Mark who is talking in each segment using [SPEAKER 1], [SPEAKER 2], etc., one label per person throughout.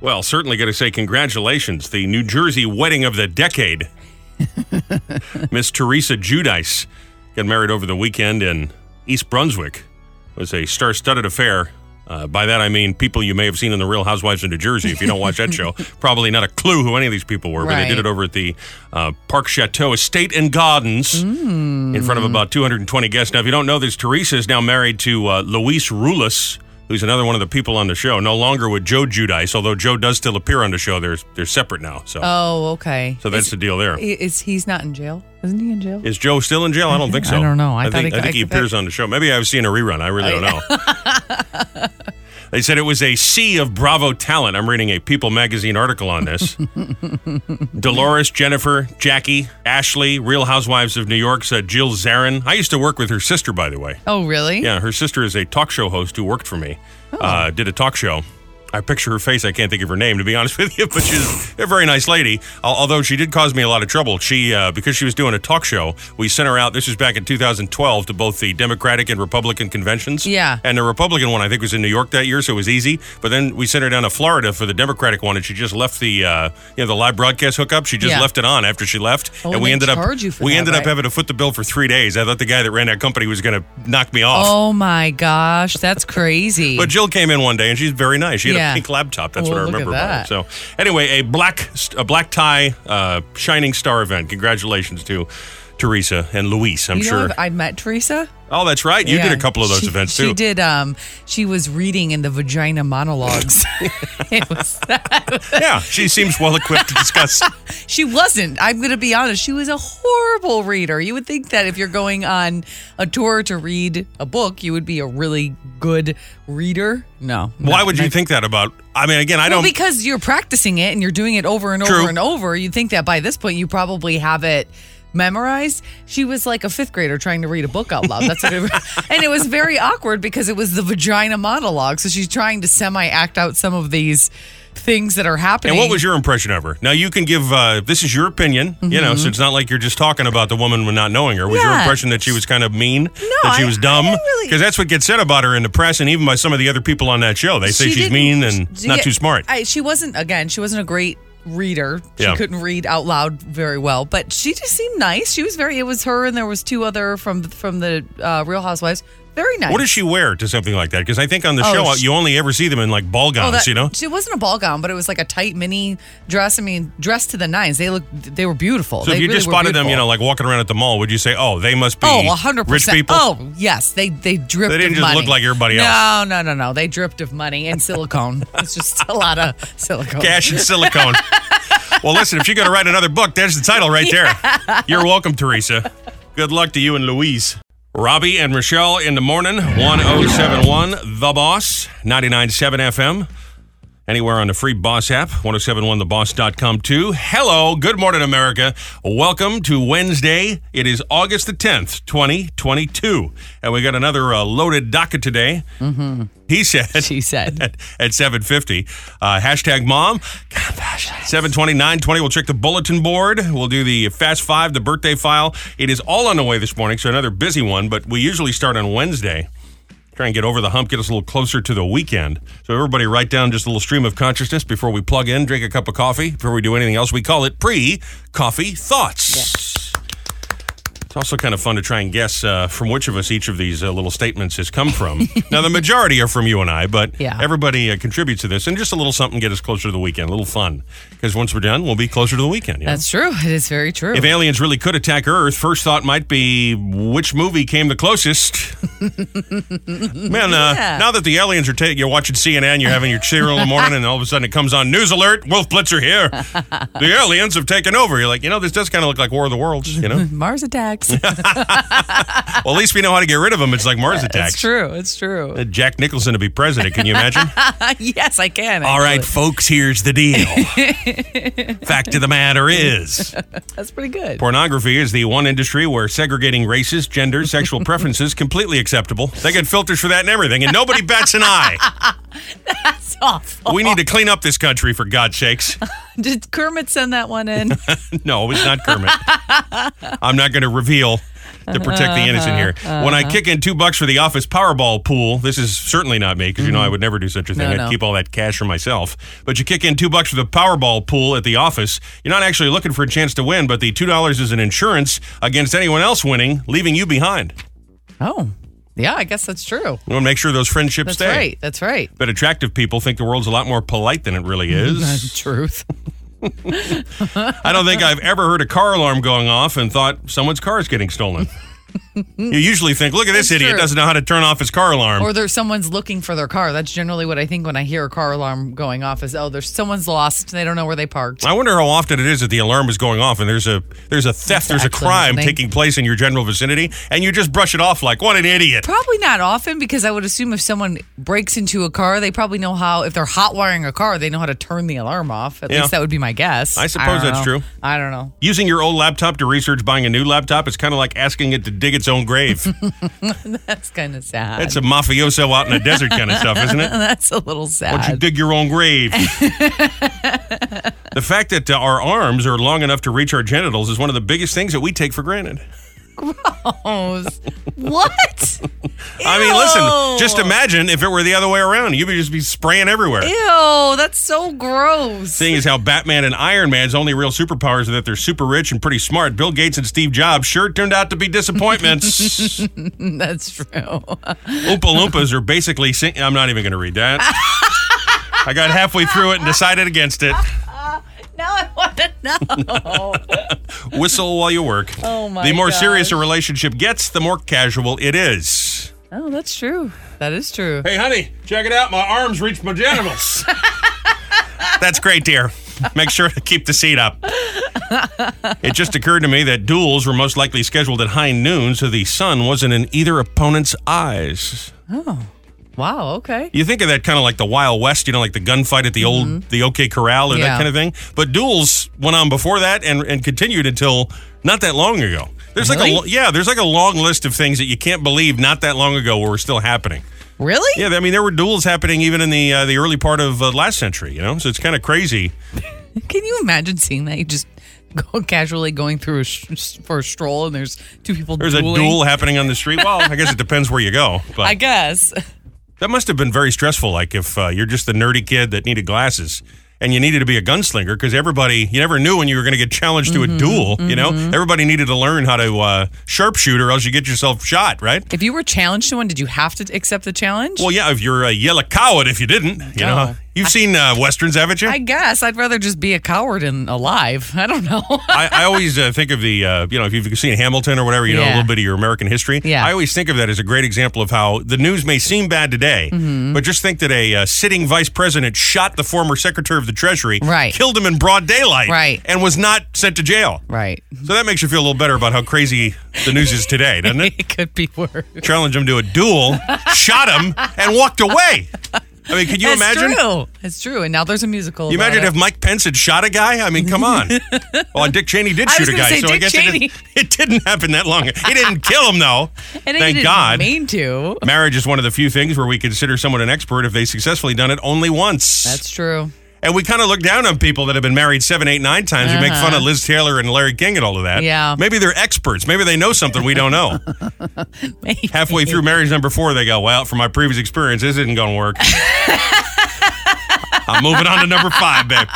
[SPEAKER 1] Well, certainly going to say congratulations. The New Jersey wedding of the decade. Miss Teresa Judice got married over the weekend in East Brunswick. It was a star studded affair. Uh, by that, I mean people you may have seen in The Real Housewives of New Jersey. If you don't watch that show, probably not a clue who any of these people were, but they did it
[SPEAKER 2] Right.
[SPEAKER 1] over at the uh, Park Chateau Estate and Gardens in front of
[SPEAKER 2] Mm-hmm.
[SPEAKER 1] about 220 guests. Now, if you don't know this, Teresa is now married to uh, Luis Rulis, who's another one of the people on the show. No longer with Joe Judice, although Joe does still appear on the show. They're they're separate now, so
[SPEAKER 2] Oh, okay.
[SPEAKER 1] so that's the deal there.
[SPEAKER 2] I- Is he's not in jail? Isn't he in jail?
[SPEAKER 1] Is Joe still in jail? I don't think so.
[SPEAKER 2] I don't know. I
[SPEAKER 1] I
[SPEAKER 2] thought
[SPEAKER 1] think,
[SPEAKER 2] he-
[SPEAKER 1] I think he
[SPEAKER 2] I-
[SPEAKER 1] appears on the show. Maybe I've seen a rerun. I really don't know. they said it was a sea of Bravo talent. I'm reading a People magazine article on this. Dolores, Jennifer, Jackie, Ashley, Real Housewives of New York said Jill Zarin. I used to work with her sister, by the way.
[SPEAKER 2] Oh, really? Oh.
[SPEAKER 1] Yeah, her sister is a talk show host who worked for me. Uh, did a talk show. I picture her face. I can't think of her name to be honest with you, but she's a very nice lady. Al- Although she did cause me a lot of trouble. She uh, because she was doing a talk show. We sent her out. This was back in 2012 to both the Democratic and Republican conventions.
[SPEAKER 2] Yeah.
[SPEAKER 1] And the Republican one I think was in New York that year, so it was easy. But then we sent her down to Florida for the Democratic one, and she just left the uh, you know the live broadcast hookup. She just
[SPEAKER 2] Yeah.
[SPEAKER 1] left it on after she left,
[SPEAKER 2] Oh,
[SPEAKER 1] and we
[SPEAKER 2] they
[SPEAKER 1] ended up
[SPEAKER 2] charge you for
[SPEAKER 1] we
[SPEAKER 2] that,
[SPEAKER 1] ended up
[SPEAKER 2] right?
[SPEAKER 1] having to foot the bill for three days. I thought the guy that ran that company was going to knock me off.
[SPEAKER 2] Oh my gosh, that's crazy.
[SPEAKER 1] But Jill came in one day and she's very nice. She had a
[SPEAKER 2] Yeah.
[SPEAKER 1] pink laptop. That's
[SPEAKER 2] Well,
[SPEAKER 1] what I
[SPEAKER 2] look at
[SPEAKER 1] remember about it.
[SPEAKER 2] that.
[SPEAKER 1] So anyway, a black a black tie uh, shining star event. Congratulations to Teresa and Luis. I'm
[SPEAKER 2] you
[SPEAKER 1] sure.
[SPEAKER 2] know, I've- I met Teresa.
[SPEAKER 1] oh, that's right. You
[SPEAKER 2] Yeah.
[SPEAKER 1] did a couple of those
[SPEAKER 2] She-
[SPEAKER 1] events
[SPEAKER 2] She
[SPEAKER 1] too.
[SPEAKER 2] did. Um, she was reading in the vagina monologues. it was,
[SPEAKER 1] Yeah, she seems well equipped to discuss.
[SPEAKER 2] she wasn't. I'm going to be honest. She was a horrible reader. You would think that if you're going on a tour to read a book, you would be a really good reader. No.
[SPEAKER 1] Why
[SPEAKER 2] no,
[SPEAKER 1] would you
[SPEAKER 2] not-
[SPEAKER 1] think that about? I mean, again, I
[SPEAKER 2] Well,
[SPEAKER 1] don't.
[SPEAKER 2] because you're practicing it and you're doing it over and
[SPEAKER 1] Um, True.
[SPEAKER 2] over and over. You'd think that by this point you probably have it memorized. She was like a fifth grader trying to read a book out loud. That's what it, and it was very awkward because it was the vagina monologue. So she's trying to semi act out some of these things that are happening.
[SPEAKER 1] and what was your impression of her? Now you can give. Uh, this is your opinion, you know. So it's not like you're just talking about the woman when not knowing her. Was your
[SPEAKER 2] Mm-hmm. Yeah.
[SPEAKER 1] impression that she was kind of mean? that she
[SPEAKER 2] I-
[SPEAKER 1] was dumb?
[SPEAKER 2] I
[SPEAKER 1] Because
[SPEAKER 2] didn't really-
[SPEAKER 1] that's what gets said about her in the press, and even by some of the other people on that show. They say
[SPEAKER 2] She
[SPEAKER 1] she's
[SPEAKER 2] didn't-
[SPEAKER 1] mean and
[SPEAKER 2] she-
[SPEAKER 1] not
[SPEAKER 2] yeah,
[SPEAKER 1] too smart.
[SPEAKER 2] I, she wasn't. Again, she wasn't a great reader. She
[SPEAKER 1] Yeah.
[SPEAKER 2] couldn't read out loud very well, but she just seemed nice. She was very. It was her, and there was two other from from the uh, Real Housewives. Very nice.
[SPEAKER 1] What does she wear to something like that? Because I think on the
[SPEAKER 2] Oh,
[SPEAKER 1] show
[SPEAKER 2] she-
[SPEAKER 1] you only ever see them in like ball gowns,
[SPEAKER 2] that-
[SPEAKER 1] you know.
[SPEAKER 2] She wasn't a ball gown, but it was like a tight mini dress. I mean, dressed to the nines. They look, they were beautiful.
[SPEAKER 1] So if
[SPEAKER 2] They
[SPEAKER 1] you
[SPEAKER 2] really
[SPEAKER 1] just
[SPEAKER 2] were
[SPEAKER 1] spotted them, you
[SPEAKER 2] beautiful.
[SPEAKER 1] know, like walking around at the mall, would you say, "Oh, they must be
[SPEAKER 2] Oh, 100%.
[SPEAKER 1] rich people"?
[SPEAKER 2] Oh, yes. They they dripped
[SPEAKER 1] They didn't
[SPEAKER 2] of
[SPEAKER 1] just look
[SPEAKER 2] money.
[SPEAKER 1] like everybody
[SPEAKER 2] no,
[SPEAKER 1] else.
[SPEAKER 2] No, no, no, They dripped of money and silicone. it's just a lot of silicone.
[SPEAKER 1] Cash and silicone. well, listen, if you're going to write another book, there's the title right there. You're welcome, Teresa. Good luck to you and Louise. Robbie and Michelle in the morning, 1071 The Boss, 997 FM. Anywhere on the free Boss app, 1071theboss.com too. Hello, good morning, America. Welcome to Wednesday. It is August the 10th, 2022. And we got another uh, loaded docket today. Mm-hmm. He said
[SPEAKER 2] She said.
[SPEAKER 1] at, at 750. Uh, hashtag mom. 720, 920. We'll check the bulletin board. We'll do the fast five, the birthday file. It is all on the way this morning, so another busy one, but we usually start on Wednesday. Try and get over the hump, get us a little closer to the weekend. So, everybody, write down just a little stream of consciousness before we plug in, drink a cup of coffee, before we do anything else. We call it pre coffee thoughts. It's also kind of fun to try and guess uh, from which of us each of these uh, little statements has come from. now, the majority are from you and I, but
[SPEAKER 2] Yeah.
[SPEAKER 1] everybody uh, contributes to this, and just a little something to get us closer to the weekend, a little fun. Because once we're done, we'll be closer to the weekend. you know?
[SPEAKER 2] That's true. It is very true.
[SPEAKER 1] If aliens really could attack Earth, first thought might be which movie came the closest. Man, uh,
[SPEAKER 2] Yeah.
[SPEAKER 1] now that the aliens are ta- you're watching CNN, you're having your cereal in the morning, and all of a sudden it comes on news alert: Wolf Blitzer here. the aliens have taken over. You're like, you know, this does kind of look like War of the Worlds. You know,
[SPEAKER 2] Mars attacks.
[SPEAKER 1] well, at least we know how to get rid of them. It's like Mars attacks.
[SPEAKER 2] it's true. It's true.
[SPEAKER 1] Uh, Jack Nicholson to be president. Can you imagine?
[SPEAKER 2] yes, I can.
[SPEAKER 1] All right,
[SPEAKER 2] actually.
[SPEAKER 1] folks, here's the deal. Fact of the matter is.
[SPEAKER 2] That's pretty good.
[SPEAKER 1] Pornography is the one industry where segregating races, gender, sexual preferences completely acceptable. They get filters for that and everything, and nobody bats an eye.
[SPEAKER 2] That's awful.
[SPEAKER 1] We need to clean up this country for God's sakes.
[SPEAKER 2] Did Kermit send that one in?
[SPEAKER 1] no, it's not Kermit. I'm not going to reveal to protect the innocent here.
[SPEAKER 2] Uh-huh.
[SPEAKER 1] When I kick in two bucks for the office Powerball pool, this is certainly not me because you know I would never do such a thing.
[SPEAKER 2] Mm-hmm. No,
[SPEAKER 1] I'd
[SPEAKER 2] no.
[SPEAKER 1] keep all that cash for myself. But you kick in two bucks for the Powerball pool at the office, you're not actually looking for a chance to win, but the two dollars is an insurance against anyone else winning, leaving you behind.
[SPEAKER 2] oh, yeah, I guess that's true.
[SPEAKER 1] You want to make sure those friendships
[SPEAKER 2] That's
[SPEAKER 1] stay.
[SPEAKER 2] right. That's right.
[SPEAKER 1] But attractive people think the world's a lot more polite than it really is.
[SPEAKER 2] Truth.
[SPEAKER 1] I don't think I've ever heard a car alarm going off and thought someone's car is getting stolen. you usually think, look at this
[SPEAKER 2] That's
[SPEAKER 1] idiot
[SPEAKER 2] true.
[SPEAKER 1] doesn't know how to turn off his car alarm.
[SPEAKER 2] Or there's someone's looking for their car. That's generally what I think when I hear a car alarm going off is oh, there's someone's lost. They don't know where they parked.
[SPEAKER 1] I wonder how often it is that the alarm is going off and there's a there's a theft, there's a
[SPEAKER 2] Exactly,
[SPEAKER 1] crime
[SPEAKER 2] isn't it?
[SPEAKER 1] taking place in your general vicinity, and you just brush it off like what an idiot.
[SPEAKER 2] Probably not often because I would assume if someone breaks into a car, they probably know how if they're hot wiring a car, they know how to turn the alarm off. At
[SPEAKER 1] Yeah.
[SPEAKER 2] least that would be my guess.
[SPEAKER 1] I suppose
[SPEAKER 2] don't
[SPEAKER 1] that's
[SPEAKER 2] know.
[SPEAKER 1] true.
[SPEAKER 2] I don't know.
[SPEAKER 1] Using your old laptop to research buying a new laptop is kind of like asking it to dig its own grave.
[SPEAKER 2] That's kind of sad.
[SPEAKER 1] That's a mafioso out in the desert kind of stuff, isn't it?
[SPEAKER 2] That's a little
[SPEAKER 1] Why don't you
[SPEAKER 2] sad.
[SPEAKER 1] dig your own grave? the fact that uh, our arms are long enough to reach our genitals is one of the biggest things that we take for granted.
[SPEAKER 2] Gross. what?
[SPEAKER 1] I mean, listen,
[SPEAKER 2] Ew.
[SPEAKER 1] just imagine if it were the other way around. You would just be spraying everywhere.
[SPEAKER 2] Ew, that's so gross.
[SPEAKER 1] Seeing as how Batman and Iron Man's only real superpowers are that they're super rich and pretty smart, Bill Gates and Steve Jobs sure turned out to be disappointments. Oompa
[SPEAKER 2] that's true.
[SPEAKER 1] Loompas are basically. Sing- I'm not even going to read that. I got halfway through it and decided against it.
[SPEAKER 2] now I want to know.
[SPEAKER 1] Whistle while you work.
[SPEAKER 2] Oh, my
[SPEAKER 1] The more
[SPEAKER 2] gosh.
[SPEAKER 1] serious a relationship gets, the more casual it is.
[SPEAKER 2] oh, that's true. That is true.
[SPEAKER 1] Hey, honey, check it out. My arms reached my genitals. That's great, dear. Make sure to keep the seat up. It just occurred to me that duels were most likely scheduled at high noon, so the sun wasn't in either opponent's eyes.
[SPEAKER 2] Wow. Okay.
[SPEAKER 1] You think of that kind of like the Wild West, you know, like the gunfight at the old the OK Corral or that
[SPEAKER 2] Mm-hmm. Yeah.
[SPEAKER 1] kind of thing. But duels went on before that and and continued until not that long ago. There's like a
[SPEAKER 2] Really?
[SPEAKER 1] lo- yeah, there's like a long list of things that you can't believe not that long ago were still happening.
[SPEAKER 2] Really?
[SPEAKER 1] Yeah, I mean there were duels happening even in the uh, the early part of uh, last century, you know. So it's kind of crazy.
[SPEAKER 2] Can you imagine seeing that? You just go casually going through a sh- for a stroll, and there's two people.
[SPEAKER 1] There's a
[SPEAKER 2] dueling.
[SPEAKER 1] duel happening on the street. Well, I guess it depends where you go, but
[SPEAKER 2] I guess.
[SPEAKER 1] that must have been very stressful. Like if uh, you're just the nerdy kid that needed glasses and you needed to be a gunslinger because everybody you never knew when you were going to get challenged to a duel. You know, everybody needed to learn how to uh, sharpshoot or else you get yourself shot, right?
[SPEAKER 2] If you were challenged to one, did you have to accept the challenge?
[SPEAKER 1] Well, yeah, if you're a yellow coward, if you didn't, you know,
[SPEAKER 2] No.
[SPEAKER 1] you've seen uh, westerns, haven't you?
[SPEAKER 2] I guess I'd rather just be a coward and alive. I don't know.
[SPEAKER 1] I, I always uh, think of the, uh, you know, if you've seen Hamilton or whatever, you know, a
[SPEAKER 2] Yeah.
[SPEAKER 1] little bit of your American history.
[SPEAKER 2] Yeah.
[SPEAKER 1] I always think of that as a great example of how the news may seem bad today,
[SPEAKER 2] Mm-hmm.
[SPEAKER 1] but just think that a uh, sitting vice president shot the former secretary of the Treasury,
[SPEAKER 2] Right.
[SPEAKER 1] killed him in broad daylight,
[SPEAKER 2] Right.
[SPEAKER 1] and was not sent to jail.
[SPEAKER 2] right.
[SPEAKER 1] So that makes you feel a little better about how crazy the news is today, doesn't it?
[SPEAKER 2] It could be worse.
[SPEAKER 1] Challenged him to a duel, shot him, and walked away. I mean, could you
[SPEAKER 2] That's
[SPEAKER 1] imagine?
[SPEAKER 2] true. That's true. And now there's a musical.
[SPEAKER 1] You
[SPEAKER 2] about
[SPEAKER 1] imagine
[SPEAKER 2] it.
[SPEAKER 1] if Mike Pence had shot a guy? I mean, come on. well, Dick Cheney did
[SPEAKER 2] I
[SPEAKER 1] shoot
[SPEAKER 2] was
[SPEAKER 1] a
[SPEAKER 2] gonna
[SPEAKER 1] guy,
[SPEAKER 2] say
[SPEAKER 1] so I
[SPEAKER 2] Dick
[SPEAKER 1] guess it, didn't,
[SPEAKER 2] Cheney.
[SPEAKER 1] it didn't happen that long. He didn't kill him, though.
[SPEAKER 2] And he
[SPEAKER 1] Thank
[SPEAKER 2] didn't
[SPEAKER 1] God.
[SPEAKER 2] mean to.
[SPEAKER 1] Marriage is one of the few things where we consider someone an expert if they successfully done it only once.
[SPEAKER 2] That's true.
[SPEAKER 1] and we kind of look down on people that have been married seven, eight, nine times. We make fun of Liz Taylor and Larry King and all of that.
[SPEAKER 2] Uh-huh. Yeah.
[SPEAKER 1] Maybe they're experts. Maybe they know something we don't know. Halfway through marriage number four, they go, Well, from my previous experience, this isn't going to work. I'm moving on to number five, babe.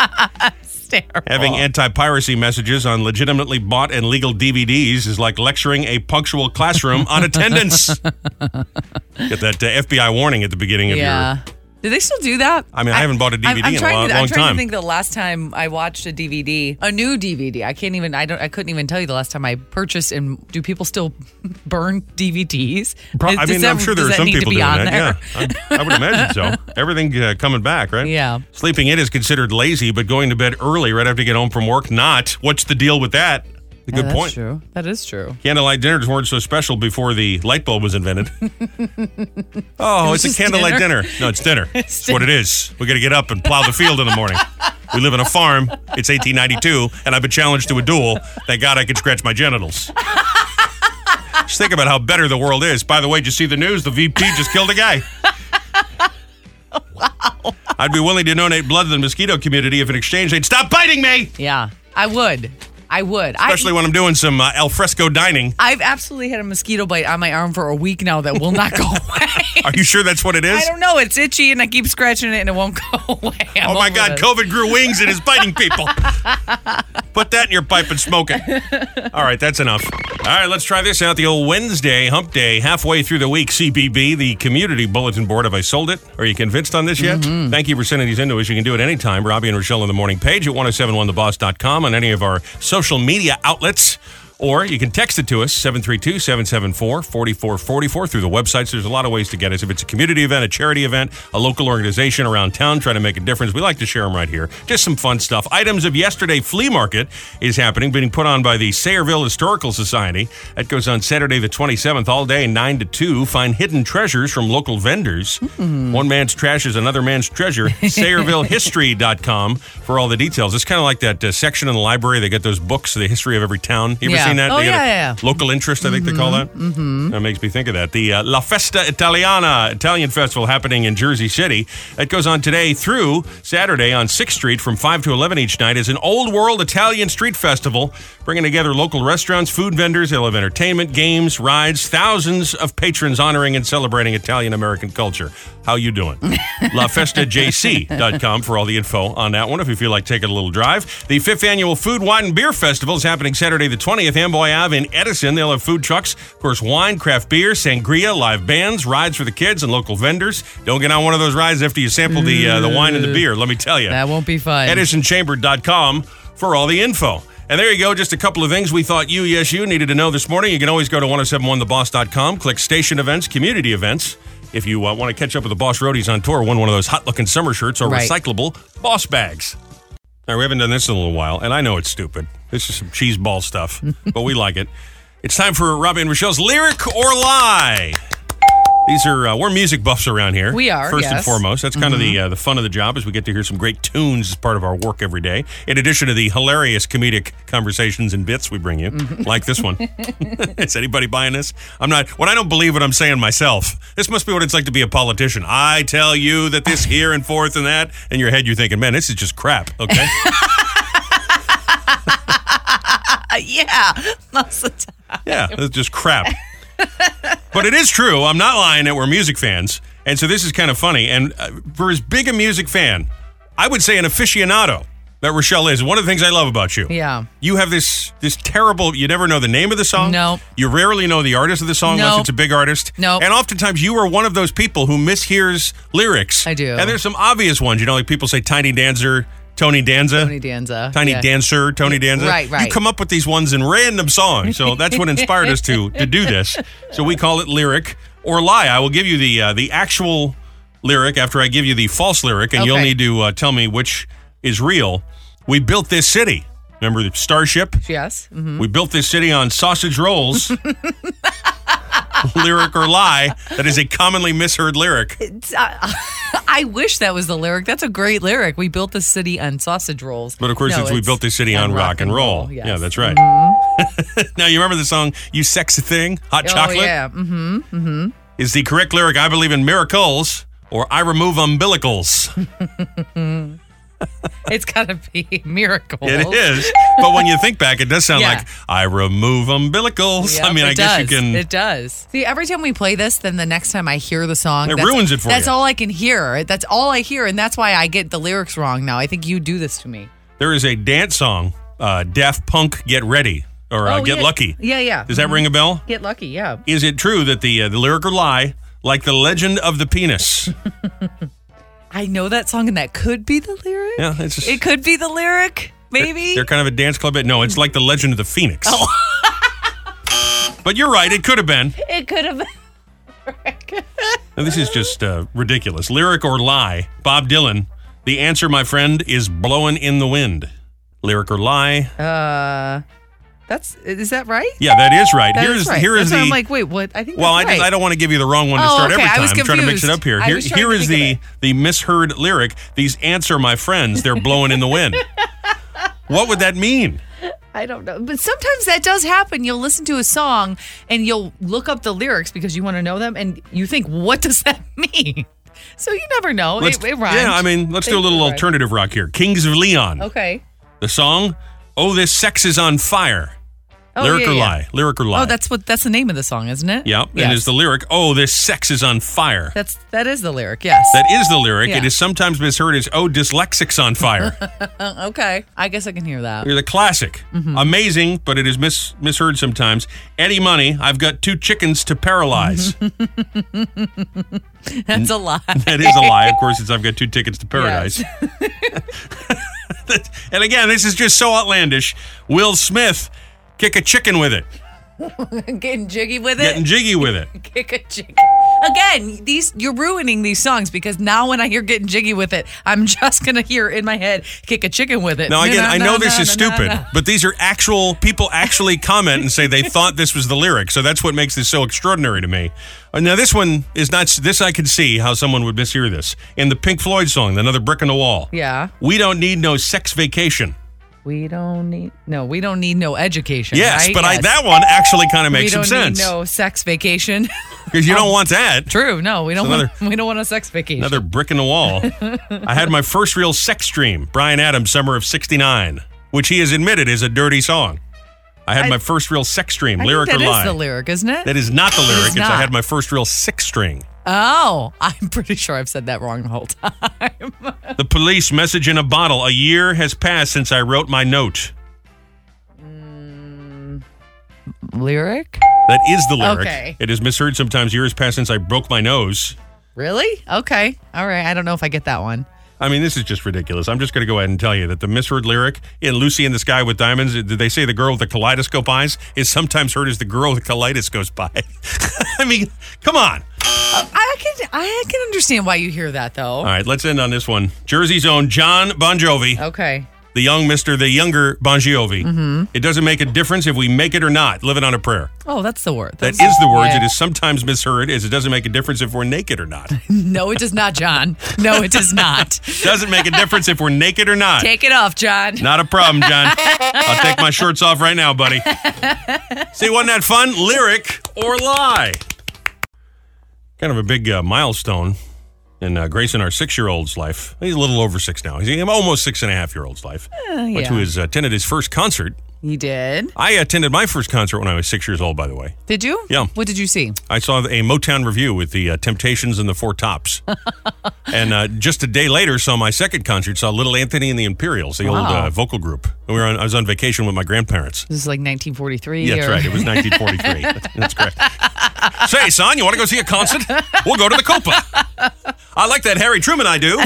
[SPEAKER 2] It's terrible.
[SPEAKER 1] Having anti piracy messages on legitimately bought and legal DVDs is like lecturing a punctual classroom on attendance. Get that uh, FBI warning at the beginning of
[SPEAKER 2] yeah. Do they still do that?
[SPEAKER 1] I mean, I haven't bought a
[SPEAKER 2] I'm-
[SPEAKER 1] DVD
[SPEAKER 2] I'm
[SPEAKER 1] in a
[SPEAKER 2] trying
[SPEAKER 1] long-
[SPEAKER 2] to,
[SPEAKER 1] long
[SPEAKER 2] I'm trying
[SPEAKER 1] time.
[SPEAKER 2] to think the last time I watched a DVD, a new DVD. I can't even. I don't. I couldn't even tell you the last time I purchased. And do people still burn DVDs?
[SPEAKER 1] your. Pro- I
[SPEAKER 2] Does
[SPEAKER 1] mean,
[SPEAKER 2] that-
[SPEAKER 1] I'm sure there are
[SPEAKER 2] does that
[SPEAKER 1] some
[SPEAKER 2] need to
[SPEAKER 1] people
[SPEAKER 2] be
[SPEAKER 1] doing
[SPEAKER 2] on
[SPEAKER 1] that.
[SPEAKER 2] there?
[SPEAKER 1] Yeah, I, I would imagine so. Everything uh, coming back, right?
[SPEAKER 2] Yeah.
[SPEAKER 1] Sleeping in is considered lazy, but going to bed early right after you get home from work, not. What's the deal with that? A good
[SPEAKER 2] that's
[SPEAKER 1] point.
[SPEAKER 2] True. That is true.
[SPEAKER 1] Candlelight dinners weren't so special before the light bulb was invented. oh, it's a
[SPEAKER 2] just
[SPEAKER 1] candlelight dinner.
[SPEAKER 2] dinner.
[SPEAKER 1] No, it's dinner. it's what it is. We got to get up and plow the field in the morning. We live on a farm. It's 1892, and I've been challenged to a duel. Thank God I can scratch my genitals. just think about how better the world is. By the way, did you see the news? The VP just killed a guy. I'd be willing to donate blood to the mosquito community if in exchange they'd stop biting me,
[SPEAKER 2] Yeah, I would. I would.
[SPEAKER 1] especially
[SPEAKER 2] I,
[SPEAKER 1] when I'm doing some uh, al fresco dining.
[SPEAKER 2] I've absolutely had a mosquito bite on my arm for a week now that will not go away.
[SPEAKER 1] Are you sure that's what it is?
[SPEAKER 2] I don't know. It's itchy, and I keep scratching it, and it won't go away. I'm
[SPEAKER 1] Oh my
[SPEAKER 2] over
[SPEAKER 1] God,
[SPEAKER 2] this.
[SPEAKER 1] COVID grew wings and is biting people. Put that in your pipe and smoke it. All right, that's enough. All right, let's try this out. The old Wednesday hump day, halfway through the week, CBB, the community bulletin board. Have I sold it? Are you convinced on this yet? Thank you for sending these into us. You can do it anytime. Robbie and Rochelle on the morning page at 1071theboss.com on any of our social media outlets. Or you can text it to us, 732 774 4444 through the websites. There's a lot of ways to get us. If it's a community event, a charity event, a local organization around town trying to make a difference, we like to share them right here. Just some fun stuff. Items of yesterday flea market is happening, being put on by the Sayreville Historical Society. That goes on Saturday, the 27th, all day, 9 to 2. Find hidden treasures from local vendors. One man's trash is another man's treasure. SayrevilleHistory.com for all the details. It's kind of like that uh, section in the library. They get those books, The History of Every Town. You ever
[SPEAKER 2] Yeah.
[SPEAKER 1] seen that?
[SPEAKER 2] Oh,
[SPEAKER 1] They got
[SPEAKER 2] yeah,
[SPEAKER 1] a
[SPEAKER 2] yeah, yeah.
[SPEAKER 1] Local interest, I think they call that. Mm-hmm. That makes me think of that. The uh, La Festa Italiana Italian Festival happening in Jersey City. That goes on today through Saturday on 6th Street from 5 to 11 each night. is an old world Italian street festival bringing together local restaurants, food vendors. They'll have entertainment, games, rides, thousands of patrons honoring and celebrating Italian American culture. How you doing? LaFestaJC.com for all the info on that one if you feel like taking a little drive. The fifth annual Food, Wine, and Beer Festival is happening Saturday the 20th, Amboy Ave in Edison. They'll have food trucks, of course, wine, craft beer, sangria, live bands, rides for the kids, and local vendors. Don't get on one of those rides after you sample the, uh, the wine and the beer, let me tell you.
[SPEAKER 2] That won't be fun.
[SPEAKER 1] EdisonChamber.com for all the info. And there you go, just a couple of things we thought you, yes, you needed to know this morning. You can always go to 1071theboss.com, click station events, community events. If you uh, want to catch up with the Boss Roadies on tour, win one of those hot looking summer shirts or
[SPEAKER 2] Right.
[SPEAKER 1] recyclable Boss bags. Now, we haven't done this in a little while, and I know it's stupid. This is some cheese ball stuff, but we like it. It's time for Robbie and Rochelle's Lyric or Lie. These are uh, we're music buffs around here.
[SPEAKER 2] We are,
[SPEAKER 1] first and
[SPEAKER 2] yes. Mm-hmm.
[SPEAKER 1] foremost. That's kind of the uh, the fun of the job is we get to hear some great tunes as part of our work every day. In addition to the hilarious comedic conversations and bits we bring you,
[SPEAKER 2] Mm-hmm.
[SPEAKER 1] like this one. Is anybody buying this? I'm not. When I don't believe what I'm saying myself, this must be what it's like to be a politician. I tell you that this here and forth and that. In your head, you're thinking, man, this is just crap. Okay.
[SPEAKER 2] Uh, yeah, most of the time.
[SPEAKER 1] Yeah, it's just crap. but it is true. I'm not lying that we're music fans. And so this is kind of funny. And uh, for as big a music fan, I would say an aficionado that Rochelle is. One of the things I love about you.
[SPEAKER 2] Yeah.
[SPEAKER 1] You have this this terrible. You never know the name of the song.
[SPEAKER 2] Nope.
[SPEAKER 1] You rarely know the artist of the song unless
[SPEAKER 2] Nope.
[SPEAKER 1] it's a big artist.
[SPEAKER 2] Nope.
[SPEAKER 1] And oftentimes you are one of those people who mishears lyrics.
[SPEAKER 2] I do.
[SPEAKER 1] And there's some obvious ones. You know, like people say Tiny Dancer, Tony Danza.
[SPEAKER 2] Tony Danza.
[SPEAKER 1] Tiny
[SPEAKER 2] yeah.
[SPEAKER 1] Dancer, Tony Danza.
[SPEAKER 2] right,
[SPEAKER 1] You
[SPEAKER 2] right.
[SPEAKER 1] come up with these ones in random songs, so that's what inspired us to to do this. So we call it lyric or lie. I will give you the uh, the actual lyric after I give you the false lyric, and you'll
[SPEAKER 2] Okay.
[SPEAKER 1] need to uh, tell me which is real. We built this city. Remember the starship?
[SPEAKER 2] Yes. Mhm.
[SPEAKER 1] We built this city on sausage rolls. lyric or lie? That is a commonly misheard lyric.
[SPEAKER 2] It's, uh, I wish that was the lyric. That's a great lyric. We built the city on sausage rolls.
[SPEAKER 1] But of course,
[SPEAKER 2] No,
[SPEAKER 1] since we
[SPEAKER 2] it's
[SPEAKER 1] built this city on rock and roll.
[SPEAKER 2] yes. Mm-hmm.
[SPEAKER 1] Yeah, that's right. now, you remember the song You Sexy Thing? Hot Chocolate?
[SPEAKER 2] Oh, yeah. hmm
[SPEAKER 1] Is the correct lyric I believe in miracles or I remove umbilicals?
[SPEAKER 2] It's got to be miracles.
[SPEAKER 1] It is. But when you think back, it does sound
[SPEAKER 2] Yeah.
[SPEAKER 1] like I remove umbilicals. I
[SPEAKER 2] Yep,
[SPEAKER 1] mean,
[SPEAKER 2] it
[SPEAKER 1] I guess you
[SPEAKER 2] does.
[SPEAKER 1] can.
[SPEAKER 2] It does. See, every time we play this, then the next time I hear the song,
[SPEAKER 1] It
[SPEAKER 2] that's-
[SPEAKER 1] ruins it for
[SPEAKER 2] That's
[SPEAKER 1] you.
[SPEAKER 2] all I can hear. That's all I hear, and that's why I get the lyrics wrong now. I think you do this to me.
[SPEAKER 1] There is a dance song, uh, Daft Punk Get Ready or uh,
[SPEAKER 2] Oh,
[SPEAKER 1] Get
[SPEAKER 2] yeah.
[SPEAKER 1] Lucky.
[SPEAKER 2] Yeah, yeah.
[SPEAKER 1] Does that ring a bell?
[SPEAKER 2] Get lucky. Yeah.
[SPEAKER 1] Is it true that the, uh, the lyric or lie, like the legend of the penis?
[SPEAKER 2] I know that song, and that could be the lyric.
[SPEAKER 1] Yeah, it's just.
[SPEAKER 2] It could be the lyric, maybe.
[SPEAKER 1] They're kind of a dance club. band. No, it's like the Legend of the Phoenix.
[SPEAKER 2] Oh.
[SPEAKER 1] but you're right. It could have been.
[SPEAKER 2] it could have.
[SPEAKER 1] Now, this is just uh, ridiculous. Lyric or lie? Bob Dylan. The answer, my friend, is blowing in the wind. Lyric or lie?
[SPEAKER 2] Uh, that's is that right?
[SPEAKER 1] Yeah, that is right.
[SPEAKER 2] That is
[SPEAKER 1] here's
[SPEAKER 2] right.
[SPEAKER 1] here is
[SPEAKER 2] That's why
[SPEAKER 1] the.
[SPEAKER 2] I'm like, wait, what? I think.
[SPEAKER 1] well, I
[SPEAKER 2] that's
[SPEAKER 1] just
[SPEAKER 2] right.
[SPEAKER 1] I don't want to give you the wrong one to
[SPEAKER 2] Oh,
[SPEAKER 1] start
[SPEAKER 2] okay.
[SPEAKER 1] every
[SPEAKER 2] I
[SPEAKER 1] time.
[SPEAKER 2] was
[SPEAKER 1] I'm trying to mix it
[SPEAKER 2] confused.
[SPEAKER 1] up here.
[SPEAKER 2] I
[SPEAKER 1] Here,
[SPEAKER 2] was trying
[SPEAKER 1] here
[SPEAKER 2] to
[SPEAKER 1] is the
[SPEAKER 2] think
[SPEAKER 1] the misheard lyric. These answer, my friends, they're blowing in the wind. what would that mean?
[SPEAKER 2] I don't know, but sometimes that does happen. You'll listen to a song and you'll look up the lyrics because you want to know them, and you think, what does that mean? So you never know.
[SPEAKER 1] Let's-
[SPEAKER 2] it, it rhymes.
[SPEAKER 1] Yeah, I mean, let's do a
[SPEAKER 2] They-
[SPEAKER 1] little
[SPEAKER 2] right.
[SPEAKER 1] alternative rock here. Kings of Leon.
[SPEAKER 2] Okay.
[SPEAKER 1] The song, Oh, This Sex is on Fire.
[SPEAKER 2] Oh,
[SPEAKER 1] lyric
[SPEAKER 2] yeah,
[SPEAKER 1] or
[SPEAKER 2] yeah.
[SPEAKER 1] lie? Lyric or lie?
[SPEAKER 2] Oh, that's what that's the name of the song, isn't it?
[SPEAKER 1] Yep. And is the lyric, Oh, This Sex is on Fire.
[SPEAKER 2] that's that is the lyric. Yes.
[SPEAKER 1] That is the lyric.
[SPEAKER 2] Yeah.
[SPEAKER 1] It is sometimes misheard as, Oh, Dyslexic's on Fire.
[SPEAKER 2] Uh, okay. I guess I can hear that.
[SPEAKER 1] You're the classic.
[SPEAKER 2] Mm-hmm.
[SPEAKER 1] Amazing, but it is mis- misheard sometimes. Eddie Money, I've got two chickens to paralyze.
[SPEAKER 2] That's a lie.
[SPEAKER 1] that is a lie, of course, since I've got two tickets to paradise. and again, this is just so outlandish. Will Smith, kick a chicken with it,
[SPEAKER 2] Getting jiggy with it.
[SPEAKER 1] getting jiggy with it.
[SPEAKER 2] Kick a chicken. Again, these you're ruining these songs because now when I hear getting jiggy with it, I'm just gonna hear in my head kick a chicken with it.
[SPEAKER 1] Now, again, I know
[SPEAKER 2] No,
[SPEAKER 1] this
[SPEAKER 2] no,
[SPEAKER 1] is
[SPEAKER 2] no, no,
[SPEAKER 1] stupid,
[SPEAKER 2] no.
[SPEAKER 1] but these are actual people actually comment and say they thought this was the lyric. So that's what makes this so extraordinary to me. Uh, Now, this one is not, this I could see how someone would mishear this. In the Pink Floyd song, Another Brick in the Wall.
[SPEAKER 2] Yeah.
[SPEAKER 1] We don't need no sex vacation.
[SPEAKER 2] We don't need no. We don't need no education.
[SPEAKER 1] Yes,
[SPEAKER 2] right?
[SPEAKER 1] but I,
[SPEAKER 2] Yes.
[SPEAKER 1] that one actually kind of
[SPEAKER 2] we
[SPEAKER 1] makes
[SPEAKER 2] don't
[SPEAKER 1] some sense.
[SPEAKER 2] need no Oh. sex vacation.
[SPEAKER 1] Because you don't want that.
[SPEAKER 2] True. No, we don't.
[SPEAKER 1] It's another-
[SPEAKER 2] want, we don't want a sex vacation.
[SPEAKER 1] Another brick in the wall. I had my first real sex dream, Brian Adams, summer of 69, which he has admitted is a dirty song. I had my first real sex dream,
[SPEAKER 2] I
[SPEAKER 1] lyric
[SPEAKER 2] think
[SPEAKER 1] or
[SPEAKER 2] that is
[SPEAKER 1] lie.
[SPEAKER 2] the lyric, isn't it?
[SPEAKER 1] that is not the lyric. It's, I
[SPEAKER 2] not.
[SPEAKER 1] had my first real six string.
[SPEAKER 2] oh, I'm pretty sure I've said that wrong the whole time.
[SPEAKER 1] The police message in a bottle. A year has passed since I wrote my note.
[SPEAKER 2] lyric?
[SPEAKER 1] That is the lyric.
[SPEAKER 2] Okay.
[SPEAKER 1] It is misheard sometimes. Years passed since I broke my nose.
[SPEAKER 2] Really? Okay. All right. I don't know if I get that one.
[SPEAKER 1] I mean, this is just ridiculous. I'm just going to go ahead and tell you that the misheard lyric in Lucy in the Sky with Diamonds, did they say the girl with the kaleidoscope eyes, is sometimes heard as the girl with the kaleidoscope eye. I mean, come on.
[SPEAKER 2] I can. I can understand why you hear that though.
[SPEAKER 1] All right, let's end on this one. Jersey's own John Bon Jovi,
[SPEAKER 2] Okay.
[SPEAKER 1] the young Mr., the younger Bon Jovi.
[SPEAKER 2] Mm-hmm.
[SPEAKER 1] It doesn't make a difference if we make it or not. Living on a prayer.
[SPEAKER 2] Oh, that's the word.
[SPEAKER 1] That
[SPEAKER 2] Those-
[SPEAKER 1] is the words.
[SPEAKER 2] Yeah.
[SPEAKER 1] It is sometimes misheard as it doesn't make a difference if we're naked or not.
[SPEAKER 2] No, it does not, John. No, it does not.
[SPEAKER 1] doesn't make a difference if we're naked or not.
[SPEAKER 2] Take it off, John.
[SPEAKER 1] Not a problem, John. I'll take my shorts off right now, buddy. See, wasn't that fun? Lyric or lie? Kind of a big uh, milestone in uh, Grayson, our six-year-old's life. He's a little over six now. He's almost six and a half-year-old's life. Which
[SPEAKER 2] Oh, yeah.
[SPEAKER 1] was attended his first concert.
[SPEAKER 2] You did.
[SPEAKER 1] I attended my first concert when I was six years old. By the way,
[SPEAKER 2] Did you?
[SPEAKER 1] Yeah.
[SPEAKER 2] What did you see?
[SPEAKER 1] I saw a Motown review with the uh, Temptations and the Four Tops, and uh, just a day later saw my second concert. Saw Little Anthony and the Imperials, the old
[SPEAKER 2] Wow.
[SPEAKER 1] uh, vocal group. We were on, I was on vacation with my grandparents.
[SPEAKER 2] This is like 1943.
[SPEAKER 1] Yeah, that's
[SPEAKER 2] or-
[SPEAKER 1] right. It was 1943. That's correct. Say, son, you want to go see a concert? We'll go to the Copa. I like that Harry Truman. I do.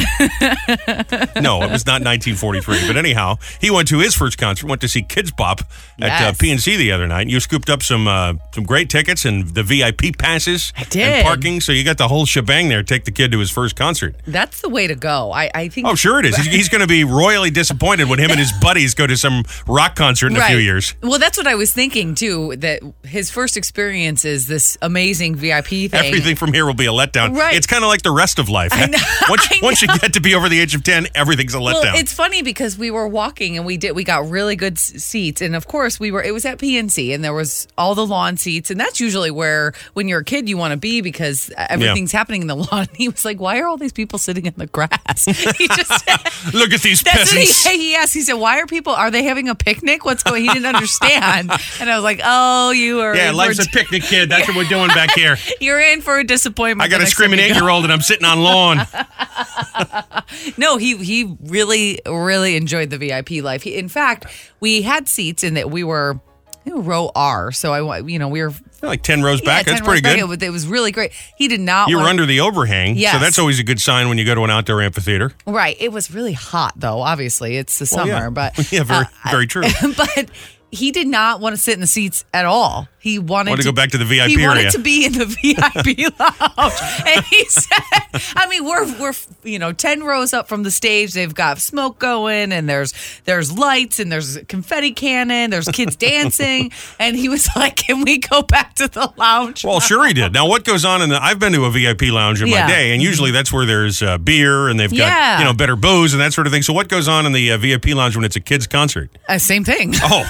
[SPEAKER 1] No, it was not 1943. But anyhow, he went to his first concert. Went to see Kids Bop at
[SPEAKER 2] Yes.
[SPEAKER 1] uh, PNC the other night. You scooped up some uh, some great tickets and the VIP passes
[SPEAKER 2] did.
[SPEAKER 1] and parking, so you got the whole shebang there. Take the kid to his first concert.
[SPEAKER 2] That's the way to go. I, I think.
[SPEAKER 1] Oh, sure it is. He's- He's going to be royally disappointed when him and his buddies go to some rock concert in a few
[SPEAKER 2] Right.
[SPEAKER 1] years.
[SPEAKER 2] Well, that's what I was thinking too. That his first experience is this amazing VIP thing.
[SPEAKER 1] Everything from here will be a letdown.
[SPEAKER 2] Right.
[SPEAKER 1] It's kind of like the rest of life. once, once you get to be over the age of 10, everything's a letdown.
[SPEAKER 2] Well, it's funny because we were walking and we did we got really good s- seats and of course we were it was at PNC and there was all the lawn seats and that's usually where when you're a kid you want to be because uh, everything's happening in the lawn. He was like, "Why are all these people sitting in the grass?" He just
[SPEAKER 1] Look at these
[SPEAKER 2] That's what
[SPEAKER 1] peasants.
[SPEAKER 2] he, he asked. He said, "Why are people? Are they having a picnic? What's going?" He didn't understand, and I was like, "Oh, you are
[SPEAKER 1] yeah,
[SPEAKER 2] in
[SPEAKER 1] life's
[SPEAKER 2] for,
[SPEAKER 1] a picnic, kid. That's what we're doing back here.
[SPEAKER 2] you're in for a disappointment."
[SPEAKER 1] I got
[SPEAKER 2] the
[SPEAKER 1] a
[SPEAKER 2] next time
[SPEAKER 1] screaming
[SPEAKER 2] you
[SPEAKER 1] eight
[SPEAKER 2] go."
[SPEAKER 1] year old and I'm sitting on lawn.
[SPEAKER 2] No, he he really really enjoyed the VIP life. He, in fact, we had seats in that we were I think, row R, so I wa- you know we were
[SPEAKER 1] like 10 rows
[SPEAKER 2] yeah,
[SPEAKER 1] back.
[SPEAKER 2] 10
[SPEAKER 1] That's pretty
[SPEAKER 2] rows
[SPEAKER 1] good.
[SPEAKER 2] back. It was, it was really great. He did not.
[SPEAKER 1] you were
[SPEAKER 2] wanna-
[SPEAKER 1] under the overhang, so
[SPEAKER 2] Yes.
[SPEAKER 1] that's always a good sign when you go to an outdoor amphitheater.
[SPEAKER 2] right. It was really hot though. Obviously, it's the
[SPEAKER 1] Well,
[SPEAKER 2] summer,
[SPEAKER 1] yeah.
[SPEAKER 2] but uh,
[SPEAKER 1] yeah, very, very true.
[SPEAKER 2] but. He did not want to sit in the seats at all. He wanted,
[SPEAKER 1] Wanted to go back to the VIP
[SPEAKER 2] He wanted
[SPEAKER 1] area.
[SPEAKER 2] to be in the VIP lounge, and he said, "I mean, we're we're you know ten rows up from the stage. They've got smoke going, and there's there's lights, and there's confetti cannon. There's kids dancing, and he was like, "Can we go back to the lounge?"
[SPEAKER 1] Well, sure he did. Now, what goes on in the? I've been to a VIP lounge in my
[SPEAKER 2] Yeah. Mm-hmm.
[SPEAKER 1] day, and usually that's where there's uh, beer and they've got
[SPEAKER 2] Yeah.
[SPEAKER 1] you know better booze and that sort of thing. So, what goes on in the uh, VIP lounge when it's a kids concert?
[SPEAKER 2] Uh, same thing.
[SPEAKER 1] Oh,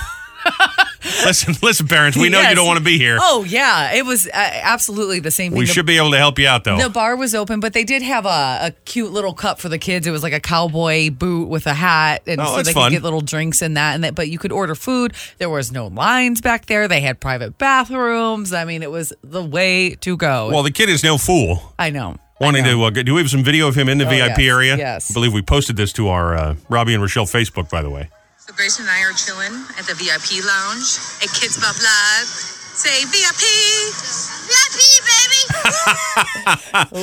[SPEAKER 1] listen, listen, parents, we know you
[SPEAKER 2] Yes.
[SPEAKER 1] don't want to be here.
[SPEAKER 2] Oh yeah, it was uh, absolutely the same thing.
[SPEAKER 1] we
[SPEAKER 2] The-
[SPEAKER 1] should be able to help you out, though.
[SPEAKER 2] The bar was open, but they did have a, a cute little cup for the kids. It was like a cowboy boot with a hat, and
[SPEAKER 1] Oh,
[SPEAKER 2] so
[SPEAKER 1] that's
[SPEAKER 2] they
[SPEAKER 1] fun.
[SPEAKER 2] could get little drinks and that. And that, but you could order food. There was no lines back there. They had private bathrooms. I mean, it was the way to go.
[SPEAKER 1] Well, the kid is no fool.
[SPEAKER 2] I know. Oh,
[SPEAKER 1] Wanting to uh, do we have some video of him in the VIP
[SPEAKER 2] yes,
[SPEAKER 1] area?
[SPEAKER 2] yes.
[SPEAKER 1] I believe we posted this to our uh, Robbie and Rochelle Facebook, by the way.
[SPEAKER 3] So Grace and I are chilling at the VIP lounge at Kids Bop Live. Say VIP! VIP,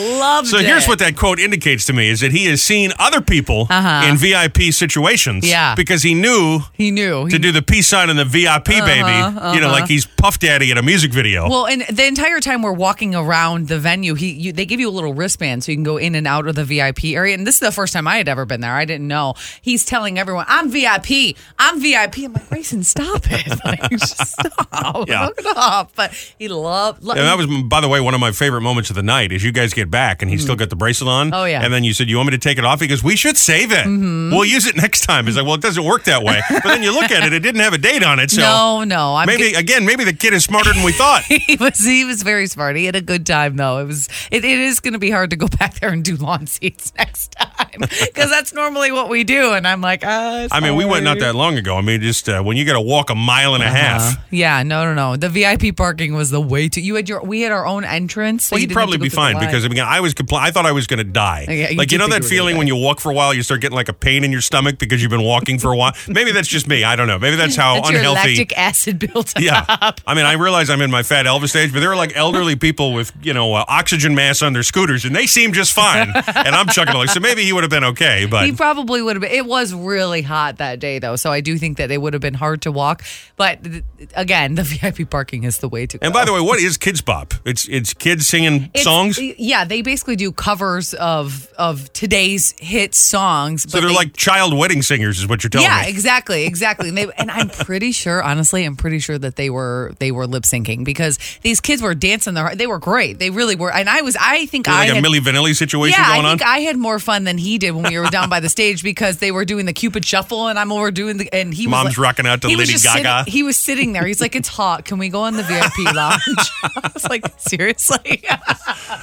[SPEAKER 3] baby!
[SPEAKER 2] Loved
[SPEAKER 1] So
[SPEAKER 2] it.
[SPEAKER 1] here's what that quote indicates to me is that he has seen other people
[SPEAKER 2] Uh-huh.
[SPEAKER 1] in VIP situations.
[SPEAKER 2] Yeah.
[SPEAKER 1] Because he knew
[SPEAKER 2] he knew. He
[SPEAKER 1] to do the peace sign and the VIP
[SPEAKER 2] Uh-huh.
[SPEAKER 1] baby, you know, like he's Puff Daddy in a music video.
[SPEAKER 2] Well, and the entire time we're walking around the venue, he you, they give you a little wristband so you can go in and out of the VIP area. And this is the first time I had ever been there. I didn't know. He's telling everyone, "I'm VIP. I'm VIP." I'm like, "Grayson, stop it! Like, just stop.
[SPEAKER 1] Yeah.
[SPEAKER 2] Look it up." But he loved. Lo-
[SPEAKER 1] and that was, by the way, one of my favorite moments of the night is you guys get back and he's still got the bracelet on.
[SPEAKER 2] Mm-hmm. Oh, yeah. Mm-hmm.
[SPEAKER 1] And then you said, You want me to take it off? He goes, We should save it. We'll use it next time. He's like, Well, it doesn't work that way. But then you look at it, it didn't have a date on it. So
[SPEAKER 2] no, no. I'm
[SPEAKER 1] maybe, again, maybe the kid is smarter than we thought.
[SPEAKER 2] he was he was very smart. He had a good time though. It was it, it is going to be hard to go back there and do lawn seats next time because that's normally what we do. And I'm like, uh,
[SPEAKER 1] I mean, we went not
[SPEAKER 2] sorry."
[SPEAKER 1] that long ago. I mean, just uh, when you got to walk a mile
[SPEAKER 2] Uh-huh.
[SPEAKER 1] and a half.
[SPEAKER 2] Yeah, no, no, no. The VIP parking was the way to. You had your, we had our own entrance. So
[SPEAKER 1] Well,
[SPEAKER 2] you
[SPEAKER 1] you'd
[SPEAKER 2] didn't have
[SPEAKER 1] probably
[SPEAKER 2] to go
[SPEAKER 1] be
[SPEAKER 2] through the
[SPEAKER 1] fine
[SPEAKER 2] line.
[SPEAKER 1] because I mean, I was compl- I thought I was going to die.
[SPEAKER 2] Yeah, you
[SPEAKER 1] like you know that
[SPEAKER 2] did think you were gonna
[SPEAKER 1] feeling when you walk for a while, you start getting like a pain in your stomach because you've been walking for a while. Maybe that's just me. I don't know. Maybe that's how
[SPEAKER 2] That's your
[SPEAKER 1] oh, unhealthy.
[SPEAKER 2] lactic acid built up.
[SPEAKER 1] yeah, I mean, I realize I'm in my fat Elvis stage, but there are like elderly people with you know uh, oxygen masks on their scooters, and they seem just fine. and I'm chucking like, so maybe he would have been okay, but
[SPEAKER 2] He probably would have been. It was really hot that day, though, so I do think that it would have been hard to walk. But th- again, the VIP parking is the way to go.
[SPEAKER 1] And by the way, what is Kids Bop? It's it's kids singing
[SPEAKER 2] It's-
[SPEAKER 1] songs.
[SPEAKER 2] yeah, they basically do covers of of today's hit songs.
[SPEAKER 1] So they're like child wedding singers, is what you're telling
[SPEAKER 2] yeah,
[SPEAKER 1] me.
[SPEAKER 2] exactly, exactly. And, they, and I'm pretty sure, honestly, I'm pretty sure that they were they were lip syncing because these kids were dancing their they were great, they really were. And I was, I think I
[SPEAKER 1] Like a
[SPEAKER 2] had,
[SPEAKER 1] Millie Vanilli situation
[SPEAKER 2] yeah,
[SPEAKER 1] going
[SPEAKER 2] I
[SPEAKER 1] on.
[SPEAKER 2] think I had more fun than he did when we were down by the stage because they were doing the Cupid shuffle and I'm over doing the and he
[SPEAKER 1] Mom's
[SPEAKER 2] was like,
[SPEAKER 1] rocking out to
[SPEAKER 2] he was
[SPEAKER 1] Lady
[SPEAKER 2] just
[SPEAKER 1] Gaga.
[SPEAKER 2] sitting- he was sitting there. He's like, "It's hot. Can we go in the VIP lounge?" I was like, "Seriously."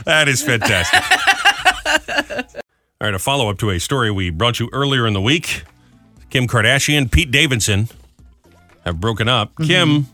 [SPEAKER 1] That is fantastic. All right, a follow up to a story we brought you earlier in the week. Kim Kardashian, Pete Davidson have broken up. Kim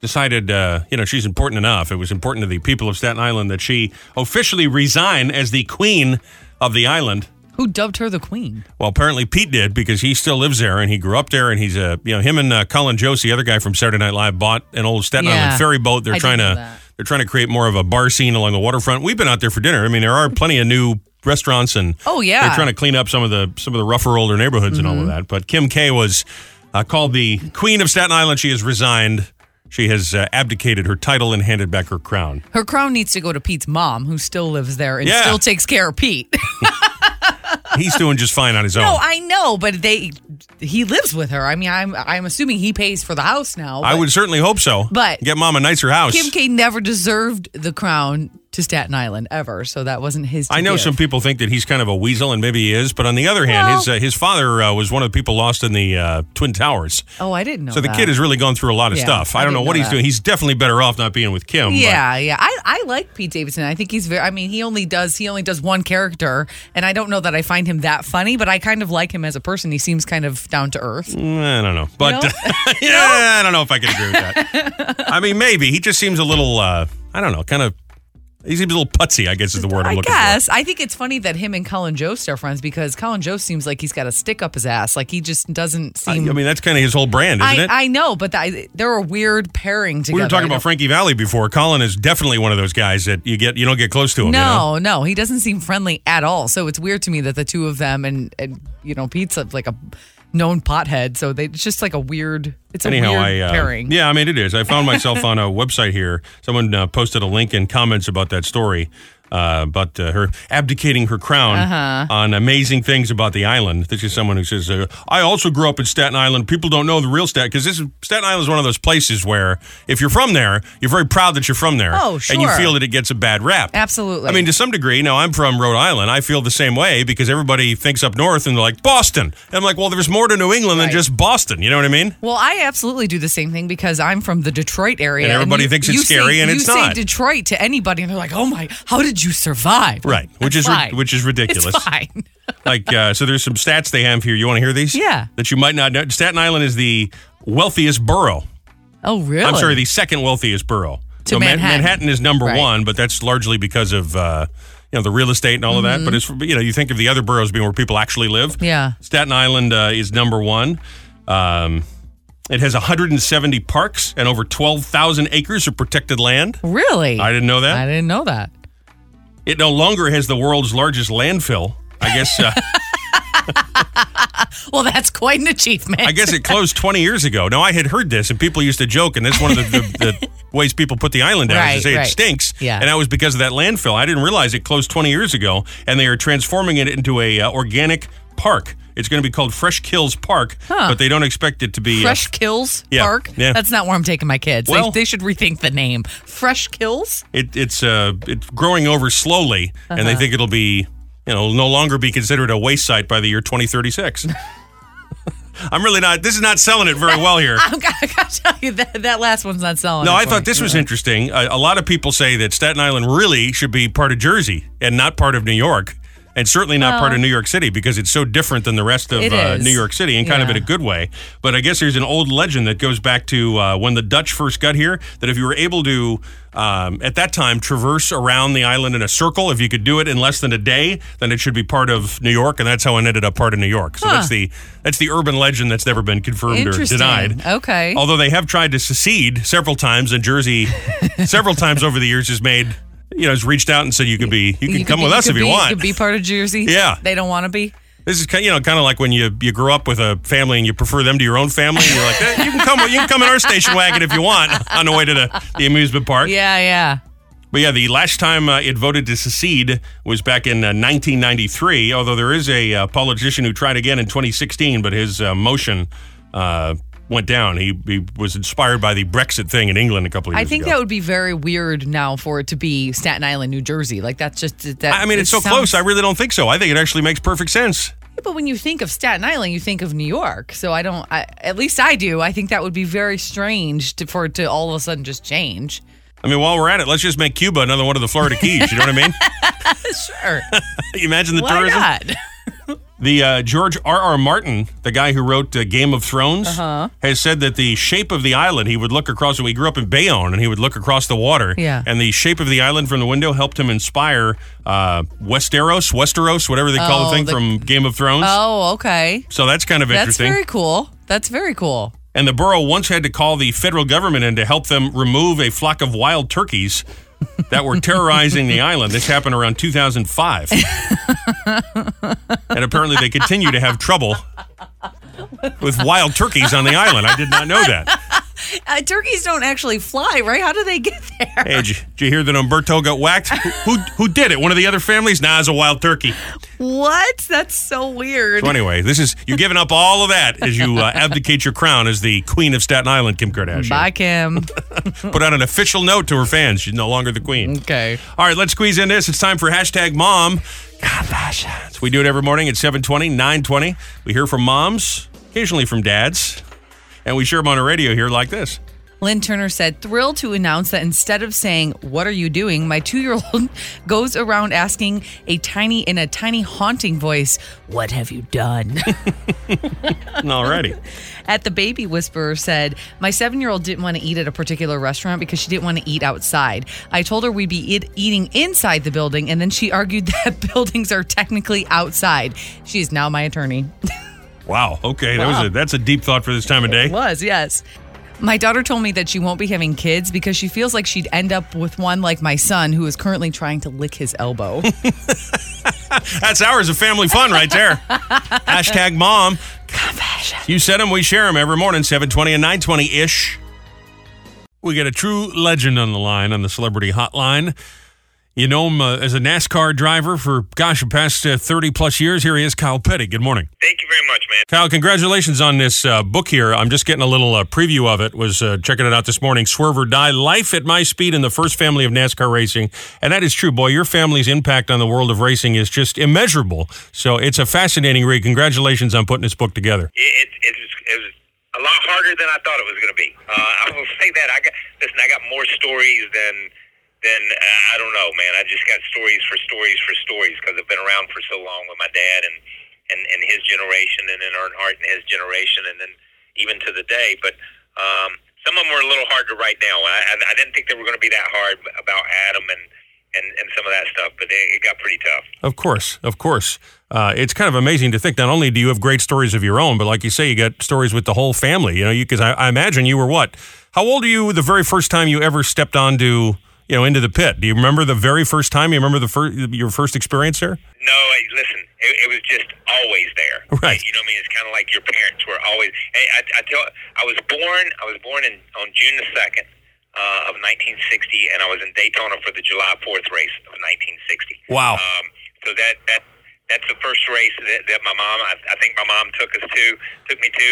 [SPEAKER 1] decided, uh, you know, she's important enough. It was important to the people of Staten Island that she officially resign as the queen of the island.
[SPEAKER 2] Who dubbed her the queen?
[SPEAKER 1] Well, apparently Pete did because he still lives there and he grew up there and he's a you know him and uh, Colin Jost, the other guy from Saturday Night Live, bought an old Staten
[SPEAKER 2] Yeah.
[SPEAKER 1] Island ferry boat. They're
[SPEAKER 2] I did
[SPEAKER 1] trying
[SPEAKER 2] know
[SPEAKER 1] to
[SPEAKER 2] that.
[SPEAKER 1] they're trying to create more of a bar scene along the waterfront. We've been out there for dinner. I mean, there are plenty of new restaurants and
[SPEAKER 2] Oh, yeah. Mm-hmm.
[SPEAKER 1] they're trying to clean up some of the some of the rougher older neighborhoods and all of that. But Kim K was uh, called the Queen of Staten Island. She has resigned. She has uh, abdicated her title and handed back her crown.
[SPEAKER 2] Her crown needs to go to Pete's mom, who still lives there and
[SPEAKER 1] Yeah.
[SPEAKER 2] still takes care of Pete.
[SPEAKER 1] He's doing just fine on his own.
[SPEAKER 2] No, Oh, I know, but they he lives with her. I mean, I'm I'm assuming he pays for the house now.
[SPEAKER 1] I
[SPEAKER 2] but
[SPEAKER 1] would certainly hope so.
[SPEAKER 2] But-
[SPEAKER 1] get mom a nicer house.
[SPEAKER 2] Kim K never deserved the crown to Staten Island ever, so that wasn't his. to
[SPEAKER 1] I know
[SPEAKER 2] give.
[SPEAKER 1] some people think that he's kind of a weasel, and maybe he is. But on the other hand, his uh, his father uh, was one of the people lost in the uh, Twin Towers.
[SPEAKER 2] Oh, I didn't know.
[SPEAKER 1] So the
[SPEAKER 2] that.
[SPEAKER 1] kid has really gone through a lot of
[SPEAKER 2] Yeah,
[SPEAKER 1] stuff. I,
[SPEAKER 2] I
[SPEAKER 1] don't know
[SPEAKER 2] didn't
[SPEAKER 1] what
[SPEAKER 2] know
[SPEAKER 1] he's
[SPEAKER 2] that.
[SPEAKER 1] doing. He's definitely better off not being with Kim. but-
[SPEAKER 2] Yeah, yeah. I, I like Pete Davidson. I think he's very. I mean, he only does he only does one character, and I don't know that I find him that funny, but I kind of like him as a person. He seems kind of down to earth.
[SPEAKER 1] Mm, I don't know. But
[SPEAKER 2] No?
[SPEAKER 1] yeah, I don't know if I can agree with that. I mean, maybe he just seems a little. Uh, I don't know. Kind of. He seems a little putsy. I guess is the word I'm
[SPEAKER 2] I
[SPEAKER 1] looking for.
[SPEAKER 2] guess I think it's funny that him and Colin Jost are friends because Colin Jost seems like he's got a stick up his ass. Like he just doesn't
[SPEAKER 1] I, I
[SPEAKER 2] seem.
[SPEAKER 1] mean, that's kind of his whole brand, isn't
[SPEAKER 2] I,
[SPEAKER 1] it?
[SPEAKER 2] I know, but th they're a weird pairing together.
[SPEAKER 1] we were talking
[SPEAKER 2] I
[SPEAKER 1] about
[SPEAKER 2] don't-
[SPEAKER 1] Frankie Valley before. Colin is definitely one of those guys that you get you don't get close to him. you know?
[SPEAKER 2] No, no, he doesn't seem friendly at all. So it's weird to me that the two of them and, and you know Pete's a- like a known pothead, so they it's just like a weird. It's a
[SPEAKER 1] Anyhow,
[SPEAKER 2] weird
[SPEAKER 1] I uh,
[SPEAKER 2] pairing.
[SPEAKER 1] yeah, I mean it is. I found myself on a website here. Someone uh, posted a link in comments about that story. uh, about uh, her abdicating her crown
[SPEAKER 2] Uh-huh.
[SPEAKER 1] on amazing things about the island. This is someone who says, uh, I also grew up in Staten Island. People don't know the real Staten because this is, Staten Island is one of those places where if you're from there, you're very proud that you're from there.
[SPEAKER 2] Oh,
[SPEAKER 1] And you
[SPEAKER 2] sure.
[SPEAKER 1] feel that it gets a bad rap.
[SPEAKER 2] Absolutely.
[SPEAKER 1] I mean, to some degree, now I'm from Rhode Island. I feel the same way because everybody thinks up north and they're like, Boston. And I'm like, well, there's more to New England than
[SPEAKER 2] Right.
[SPEAKER 1] just Boston. You know what I mean?
[SPEAKER 2] Well, I absolutely do the same thing because I'm from the Detroit area.
[SPEAKER 1] And everybody thinks it's scary,
[SPEAKER 2] say,
[SPEAKER 1] and
[SPEAKER 2] you
[SPEAKER 1] it's
[SPEAKER 2] say
[SPEAKER 1] not.
[SPEAKER 2] Detroit to anybody, and they're like, "Oh my, how did you survive?"
[SPEAKER 1] Right, which
[SPEAKER 2] That's
[SPEAKER 1] is ri-
[SPEAKER 2] fine.
[SPEAKER 1] which is ridiculous.
[SPEAKER 2] It's fine.
[SPEAKER 1] like uh, so there's some stats they have here you want to hear these
[SPEAKER 2] Yeah.
[SPEAKER 1] that you might not know staten island is the wealthiest borough
[SPEAKER 2] Oh, really?
[SPEAKER 1] i'm sorry the second wealthiest borough
[SPEAKER 2] To
[SPEAKER 1] Ma-
[SPEAKER 2] Manhattan.
[SPEAKER 1] manhattan is number
[SPEAKER 2] Right.
[SPEAKER 1] one but that's largely because of uh, you know the real estate and all of that but it's you know you think of the other boroughs being where people actually live
[SPEAKER 2] Mm-hmm. Yeah.
[SPEAKER 1] staten island uh, is number one um, it has 170 parks and over 12000 acres of protected land
[SPEAKER 2] Really?
[SPEAKER 1] i didn't know that
[SPEAKER 2] I didn't know that.
[SPEAKER 1] it no longer has the world's largest landfill i guess uh,
[SPEAKER 2] Well, that's quite an achievement.
[SPEAKER 1] I guess it closed 20 years ago. Now, I had heard this, and people used to joke, and that's one of the, the, the ways people put the island down is
[SPEAKER 2] Right,
[SPEAKER 1] to say
[SPEAKER 2] right.
[SPEAKER 1] it stinks.
[SPEAKER 2] Yeah.
[SPEAKER 1] And that was because of that landfill. I didn't realize it closed 20 years ago, and they are transforming it into a uh, organic park. It's going to be called Fresh Kills Park, but they don't expect it to be. uh,
[SPEAKER 2] Fresh Kills
[SPEAKER 1] Yeah,
[SPEAKER 2] Park.
[SPEAKER 1] yeah.
[SPEAKER 2] That's not where I'm taking my kids. They-
[SPEAKER 1] Well-
[SPEAKER 2] they, should rethink the name. Fresh Kills.
[SPEAKER 1] it, it's uh, it's growing over slowly, and
[SPEAKER 2] Uh-huh.
[SPEAKER 1] they think it'll be you know no longer be considered a waste site by the year 2036. I'm really not. This is not selling it very well here.
[SPEAKER 2] I gotta, I gotta tell you that that last one's not selling.
[SPEAKER 1] No,
[SPEAKER 2] it
[SPEAKER 1] I
[SPEAKER 2] for
[SPEAKER 1] thought
[SPEAKER 2] me.
[SPEAKER 1] this was interesting. A, a lot of people say that Staten Island really should be part of Jersey and not part of New York, and certainly not part of New York City because it's so different than the rest of
[SPEAKER 2] It
[SPEAKER 1] uh,
[SPEAKER 2] is.
[SPEAKER 1] New York City and kind of in
[SPEAKER 2] Yeah.
[SPEAKER 1] a good way. But I guess there's an old legend that goes back to uh, when the Dutch first got here that if you were able to, um, at that time, traverse around the island in a circle, if you could do it in less than a day, then it should be part of New York, and that's how it ended up part of New York. So that's the that's the urban legend that's never been confirmed or
[SPEAKER 2] Interesting.
[SPEAKER 1] denied.
[SPEAKER 2] Okay.
[SPEAKER 1] Although they have tried to secede several times, and Jersey, several times over the years, has made you know has reached out and said you could be you can
[SPEAKER 2] could
[SPEAKER 1] come
[SPEAKER 2] be-
[SPEAKER 1] with us
[SPEAKER 2] could
[SPEAKER 1] if you
[SPEAKER 2] be-
[SPEAKER 1] want.
[SPEAKER 2] could be part of Jersey.
[SPEAKER 1] Yeah.
[SPEAKER 2] They don't want to be.
[SPEAKER 1] this is ki- you know kind of like when you you grow up with a family and you prefer them to your own family. And you're like eh, you can come you can come in our station wagon if you want on the way to the, the amusement park.
[SPEAKER 2] Yeah, yeah.
[SPEAKER 1] But yeah, the last time uh, it voted to secede was back in uh, 1993. Although there is a uh, politician who tried again in 2016, but his uh, motion uh, went down. He, he was inspired by the Brexit thing in England a couple of
[SPEAKER 2] I
[SPEAKER 1] years
[SPEAKER 2] think
[SPEAKER 1] ago.
[SPEAKER 2] that would be very weird now for it to be Staten Island, New Jersey. Like that's just that.
[SPEAKER 1] I mean, it's
[SPEAKER 2] it
[SPEAKER 1] so
[SPEAKER 2] sounds-
[SPEAKER 1] close. I really don't think so. I think it actually makes perfect sense.
[SPEAKER 2] Yeah, but when you think of Staten Island, you think of New York. So I don't. I, at least I do. I think that would be very strange to, for it to all of a sudden just change.
[SPEAKER 1] I mean, while we're at it, let's just make Cuba another one of the Florida Keys. You know what I mean?
[SPEAKER 2] Sure.
[SPEAKER 1] Imagine the
[SPEAKER 2] Why
[SPEAKER 1] tourism.
[SPEAKER 2] not?
[SPEAKER 1] The uh, George R. R. Martin, the guy who wrote uh, Game of Thrones,
[SPEAKER 2] Uh-huh.
[SPEAKER 1] has said that the shape of the island, he would look across. He grew up in Bayonne, and he would look across the water.
[SPEAKER 2] Yeah.
[SPEAKER 1] And the shape of the island from the window helped him inspire uh, Westeros, Westeros, whatever they call the
[SPEAKER 2] Oh,
[SPEAKER 1] thing
[SPEAKER 2] the-
[SPEAKER 1] from Game of Thrones.
[SPEAKER 2] Oh, okay.
[SPEAKER 1] So that's kind of
[SPEAKER 2] That's
[SPEAKER 1] interesting.
[SPEAKER 2] very cool. That's very cool.
[SPEAKER 1] And the borough once had to call the federal government in to help them remove a flock of wild turkeys that were terrorizing the island. This happened around 2005. and apparently they continue to have trouble with wild turkeys on the island. I did not know that.
[SPEAKER 2] Uh, turkeys don't actually fly, right? How do they get there?
[SPEAKER 1] Hey, did you, did you hear that Umberto got whacked? Who, who, who did it? One of the other families? Nah, it's a wild turkey.
[SPEAKER 2] What? That's so weird.
[SPEAKER 1] So anyway, this is you're giving up all of that as you uh, abdicate your crown as the queen of Staten Island, Kim Kardashian.
[SPEAKER 2] Bye, Kim.
[SPEAKER 1] Put out an official note to her fans. She's no longer the queen.
[SPEAKER 2] okay.
[SPEAKER 1] All right, let's squeeze in this. It's time for hashtag mom. Confessions. We do it every morning at 720, 920. We hear from moms, occasionally from dads, and we share them on the radio here like this.
[SPEAKER 2] Lynn Turner said, thrilled to announce that instead of saying, What are you doing? my two year old goes around asking a tiny, in a tiny haunting voice, What have you done?
[SPEAKER 1] Alrighty.
[SPEAKER 2] at the baby whisperer said, My seven year old didn't want to eat at a particular restaurant because she didn't want to eat outside. I told her we'd be eat- eating inside the building, and then she argued that buildings are technically outside. She is now my attorney.
[SPEAKER 1] Wow. Okay. That was a, that's a deep thought for this time of day.
[SPEAKER 2] was, yes. My daughter told me that she won't be having kids because she feels like she'd end up with one like my son, who is currently trying to lick his elbow.
[SPEAKER 1] That's hours of family fun right there. hashtag mom. Confessions. You said them, we share them every morning, 720 and 920 ish. We got a true legend on the line on the celebrity hotline. You know him uh, as a NASCAR driver for, gosh, the past uh, 30 plus years. Here he is, Kyle Petty. Good morning.
[SPEAKER 4] Thank you very much, man.
[SPEAKER 1] Kyle, congratulations on this uh, book here. I'm just getting a little uh, preview of it. Was uh, checking it out this morning. Swerve or Die: Life at My Speed in the First Family of NASCAR Racing, and that is true, boy. Your family's impact on the world of racing is just immeasurable. So it's a fascinating read. Congratulations on putting this book together.
[SPEAKER 4] It, it, it, was, it was a lot harder than I thought it was going to be. Uh, I will say that. I got listen. I got more stories than than uh, I don't know, man. I just got stories for stories for stories because I've been around for so long with my dad and and and his generation, and then Earnhardt and his generation, and then even to the day. But um, some of them were a little hard to write down. I, I, I didn't think they were going to be that hard about Adam and and and some of that stuff, but it, it got pretty tough.
[SPEAKER 1] Of course, of course. Uh, it's kind of amazing to think not only do you have great stories of your own, but like you say, you got stories with the whole family. You know, because I, I imagine you were what? How old are you the very first time you ever stepped onto you know into the pit? Do you remember the very first time? You remember the first your first experience there?
[SPEAKER 4] No, I, listen, it, it was just always there.
[SPEAKER 1] Right.
[SPEAKER 4] You know what I mean? It's kind of like your parents were always. I, I, I tell, I was born. I was born in on June the second uh, of 1960, and I was in Daytona for the July Fourth race of 1960.
[SPEAKER 1] Wow.
[SPEAKER 4] Um, so that that that's the first race that, that my mom, I, I think my mom took us to, took me to,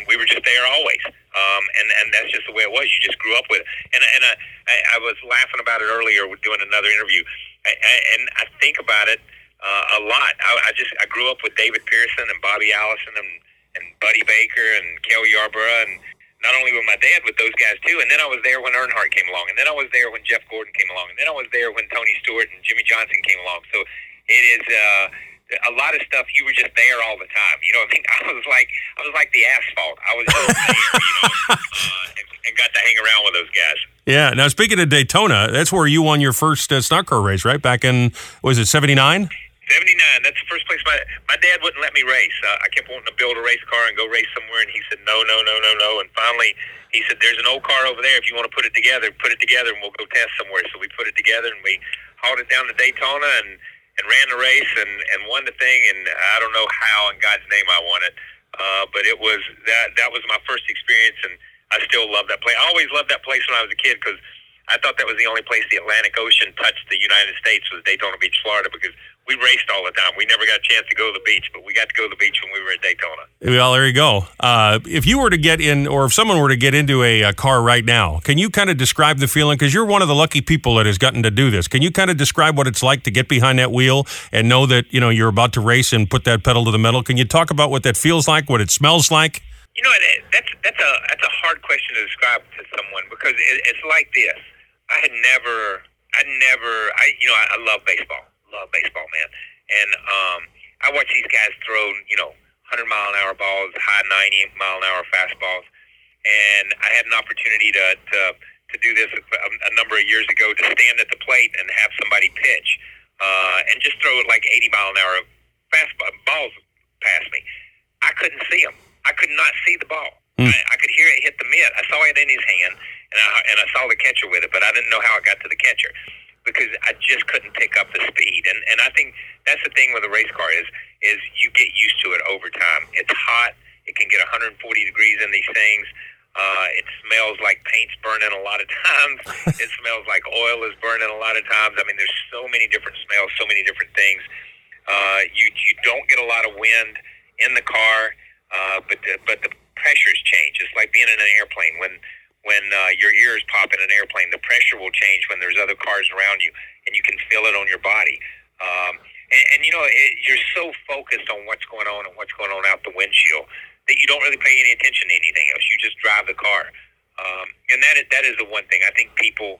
[SPEAKER 4] and we were just there always. Um, and and that's just the way it was. You just grew up with it. And and I, I, I was laughing about it earlier with doing another interview, I, I, and I think about it uh, a lot. I, I just I grew up with David Pearson and Bobby Allison and and Buddy Baker and Kel Yarborough and. Not only with my dad, with those guys too, and then I was there when Earnhardt came along, and then I was there when Jeff Gordon came along, and then I was there when Tony Stewart and Jimmy Johnson came along. So it is uh, a lot of stuff. You were just there all the time. You know, what I mean, I was like, I was like the asphalt. I was just there, you know, uh, and, and got to hang around with those guys.
[SPEAKER 1] Yeah. Now speaking of Daytona, that's where you won your first uh, stock car race, right? Back in was it '79?
[SPEAKER 4] 79. That's the first place my my dad wouldn't let me race. Uh, I kept wanting to build a race car and go race somewhere, and he said no, no, no, no, no. And finally, he said, "There's an old car over there. If you want to put it together, put it together, and we'll go test somewhere." So we put it together, and we hauled it down to Daytona, and and ran the race and, and won the thing. And I don't know how in God's name I won it, uh, but it was that that was my first experience, and I still love that place. I always loved that place when I was a kid because I thought that was the only place the Atlantic Ocean touched the United States was Daytona Beach, Florida, because we raced all the time. We never got a chance to go to the beach, but we got to go to the beach when we were at Daytona.
[SPEAKER 1] Well, there you go. Uh, if you were to get in, or if someone were to get into a, a car right now, can you kind of describe the feeling? Because you're one of the lucky people that has gotten to do this. Can you kind of describe what it's like to get behind that wheel and know that you know you're about to race and put that pedal to the metal? Can you talk about what that feels like, what it smells like?
[SPEAKER 4] You know, it- that's that's a that's a hard question to describe to someone because it, it's like this. I had never, I never, I you know, I, I love baseball, love baseball, man, and um, I watch these guys throw, you know, hundred mile an hour balls, high ninety mile an hour fastballs, and I had an opportunity to to, to do this a, a number of years ago to stand at the plate and have somebody pitch uh, and just throw it like eighty mile an hour fastball balls past me. I couldn't see him. I could not see the ball. I, I could hear it hit the mitt. I saw it in his hand, and I, and I saw the catcher with it, but I didn't know how it got to the catcher because I just couldn't pick up the speed. And and I think that's the thing with a race car is is you get used to it over time. It's hot. It can get 140 degrees in these things. Uh, it smells like paint's burning a lot of times. it smells like oil is burning a lot of times. I mean, there's so many different smells, so many different things. Uh, you you don't get a lot of wind in the car, uh, but the, but the pressures change. It's like being in an airplane when when uh, your ears pop in an airplane, the pressure will change when there's other cars around you, and you can feel it on your body. Um, and, and you know it, you're so focused on what's going on and what's going on out the windshield that you don't really pay any attention to anything else. You just drive the car, um, and that is, that is the one thing I think people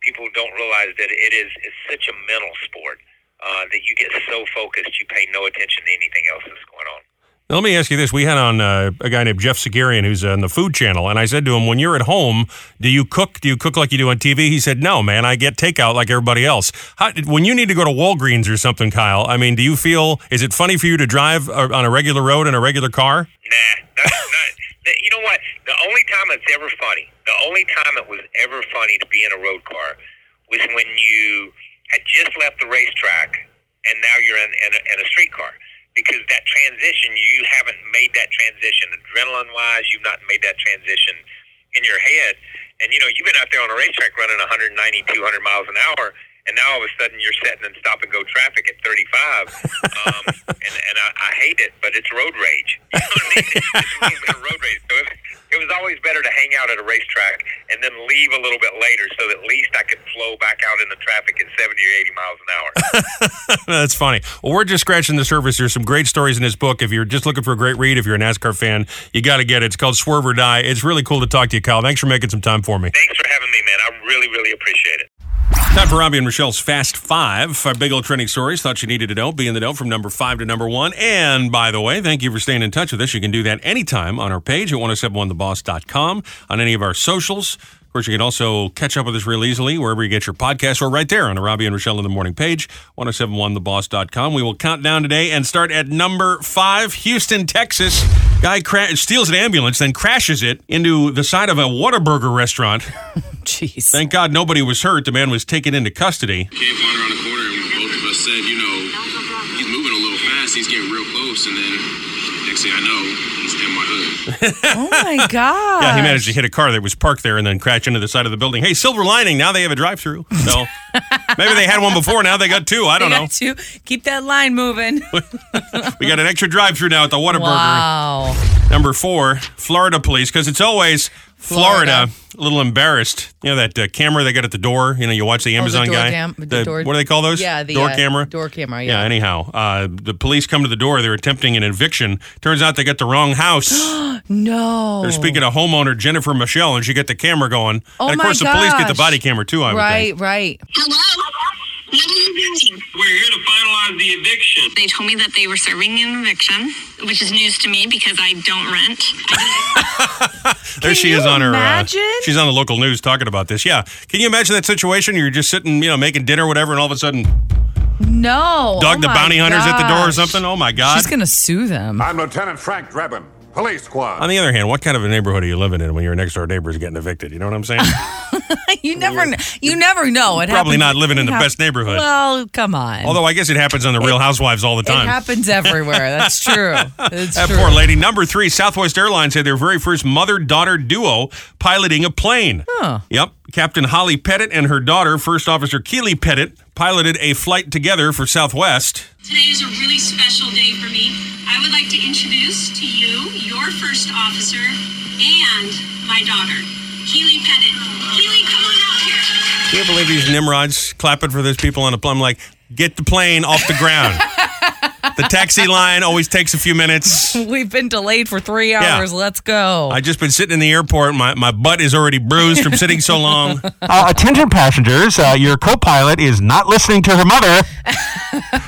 [SPEAKER 4] people don't realize that it is it's such a mental sport uh, that you get so focused you pay no attention to anything else that's going on.
[SPEAKER 1] Now, Let me ask you this. We had on uh, a guy named Jeff Sagarian who's on the food channel, and I said to him, When you're at home, do you cook? Do you cook like you do on TV? He said, No, man, I get takeout like everybody else. How, when you need to go to Walgreens or something, Kyle, I mean, do you feel, is it funny for you to drive uh, on a regular road in a regular car?
[SPEAKER 4] Nah, that's not. that- You know what? The only time it's ever funny, the only time it was ever funny to be in a road car was when you had just left the racetrack and now you're in, in, a, in a street car. Because that transition, you haven't made that transition. Adrenaline wise, you've not made that transition in your head. And, you know, you've been out there on a racetrack running 190, 200 miles an hour, and now all of a sudden you're setting in stop and go traffic at 35, um, and, and I, I hate it, but it's road rage. You know what I mean? It's a little bit of road rage. So it, it was always better to hang out at a racetrack and then leave a little bit later, so that at least I could flow back out into traffic at 70 or 80 miles an hour.
[SPEAKER 1] That's funny. Well, we're just scratching the surface. There's some great stories in this book. If you're just looking for a great read, if you're a NASCAR fan, you got to get it. It's called Swerve or Die. It's really cool to talk to you, Kyle. Thanks for making some time for me.
[SPEAKER 4] Thanks for having me, man. I really, really appreciate it.
[SPEAKER 1] Time for Robbie and Michelle's Fast Five. Our big old trending stories. Thought you needed to know. Be in the know from number five to number one. And by the way, thank you for staying in touch with us. You can do that anytime on our page at 1071theboss.com, on any of our socials. Of course, you can also catch up with us real easily wherever you get your podcast or right there on the Robbie and Michelle in the Morning page, 1071theboss.com. We will count down today and start at number five, Houston, Texas. Guy cra- steals an ambulance, then crashes it into the side of a Whataburger restaurant.
[SPEAKER 2] Jeez.
[SPEAKER 1] Thank God nobody was hurt. The man was taken into custody.
[SPEAKER 5] came flying around the corner, and both of us said, you know, he's moving a little fast. He's getting real close, and then next thing I know, he's in my hood.
[SPEAKER 2] oh my god.
[SPEAKER 1] Yeah, he managed to hit a car that was parked there and then crash into the side of the building. Hey, silver lining. Now they have a drive-through. So maybe they had one before. Now they got two. I don't know.
[SPEAKER 2] To keep that line moving.
[SPEAKER 1] We got an extra drive-through now at the Whataburger.
[SPEAKER 2] wow. Oh,
[SPEAKER 1] Number four, Florida police, because it's always Florida.
[SPEAKER 2] Florida.
[SPEAKER 1] A little embarrassed. You know that uh, camera they got at the door. You know you watch the Amazon
[SPEAKER 2] door
[SPEAKER 1] guy.
[SPEAKER 2] cam- Oh, the door-
[SPEAKER 1] what do they call those?
[SPEAKER 2] Yeah, the
[SPEAKER 1] door
[SPEAKER 2] uh,
[SPEAKER 1] camera.
[SPEAKER 2] Door camera.
[SPEAKER 1] Yeah.
[SPEAKER 2] Yeah.
[SPEAKER 1] Anyhow, uh, the police come to the door. They're attempting an eviction. Turns out they got the wrong house.
[SPEAKER 2] No.
[SPEAKER 1] They're speaking to homeowner Jennifer Michelle, and she got the camera going.
[SPEAKER 2] Oh
[SPEAKER 1] and of
[SPEAKER 2] my
[SPEAKER 1] course, the police get the
[SPEAKER 2] gosh.
[SPEAKER 1] body camera too. I would think.
[SPEAKER 2] Right, right.
[SPEAKER 6] Hello? What are you doing?
[SPEAKER 7] We're here to finalize the eviction.
[SPEAKER 6] They told me that they were serving an eviction, which is news to me because I don't rent.
[SPEAKER 1] There
[SPEAKER 2] Can
[SPEAKER 1] she is
[SPEAKER 2] you
[SPEAKER 1] on her. uh,
[SPEAKER 2] imagine?
[SPEAKER 1] she's on the local news talking about this. Yeah. Can you imagine that situation? You're just sitting, you know, making dinner, or whatever, and all of a sudden,
[SPEAKER 2] No.
[SPEAKER 1] Doug
[SPEAKER 2] Oh
[SPEAKER 1] the
[SPEAKER 2] my
[SPEAKER 1] bounty hunter's at the door or
[SPEAKER 2] gosh.
[SPEAKER 1] something. Oh my God.
[SPEAKER 2] She's gonna sue them.
[SPEAKER 8] I'm Lieutenant Frank Drebin, Police Squad.
[SPEAKER 1] on the other hand, what kind of a neighborhood are you living in when your next door neighbor is getting evicted? You know what I'm saying?
[SPEAKER 2] you never, kn- you never know. It
[SPEAKER 1] Probably
[SPEAKER 2] happens-
[SPEAKER 1] not living in the
[SPEAKER 2] it
[SPEAKER 1] best neighborhood.
[SPEAKER 2] Well, come on.
[SPEAKER 1] Although I guess it happens on the Real Housewives all the
[SPEAKER 2] it
[SPEAKER 1] time.
[SPEAKER 2] happens everywhere. That's true. That's
[SPEAKER 1] That
[SPEAKER 2] true.
[SPEAKER 1] poor lady. Number three, Southwest Airlines had their very first mother daughter duo piloting a plane. Yep. Captain Holly Pettit and her daughter, First Officer Keely Pettit, piloted a flight together for Southwest.
[SPEAKER 9] Today is a really special day for me. I would like to introduce to you your first officer and my daughter, Keely Pettit. Keely, come on out here.
[SPEAKER 1] Can you believe these Nimrods clapping for those people on a plane? I'm like, get the plane off the ground. the taxi line always takes a few minutes.
[SPEAKER 2] We've been delayed for three hours. Let's go.
[SPEAKER 1] I just been sitting in the airport. My, my butt is already bruised from sitting so long.
[SPEAKER 10] Uh, attention passengers, uh, your co pilot is not listening to her mother.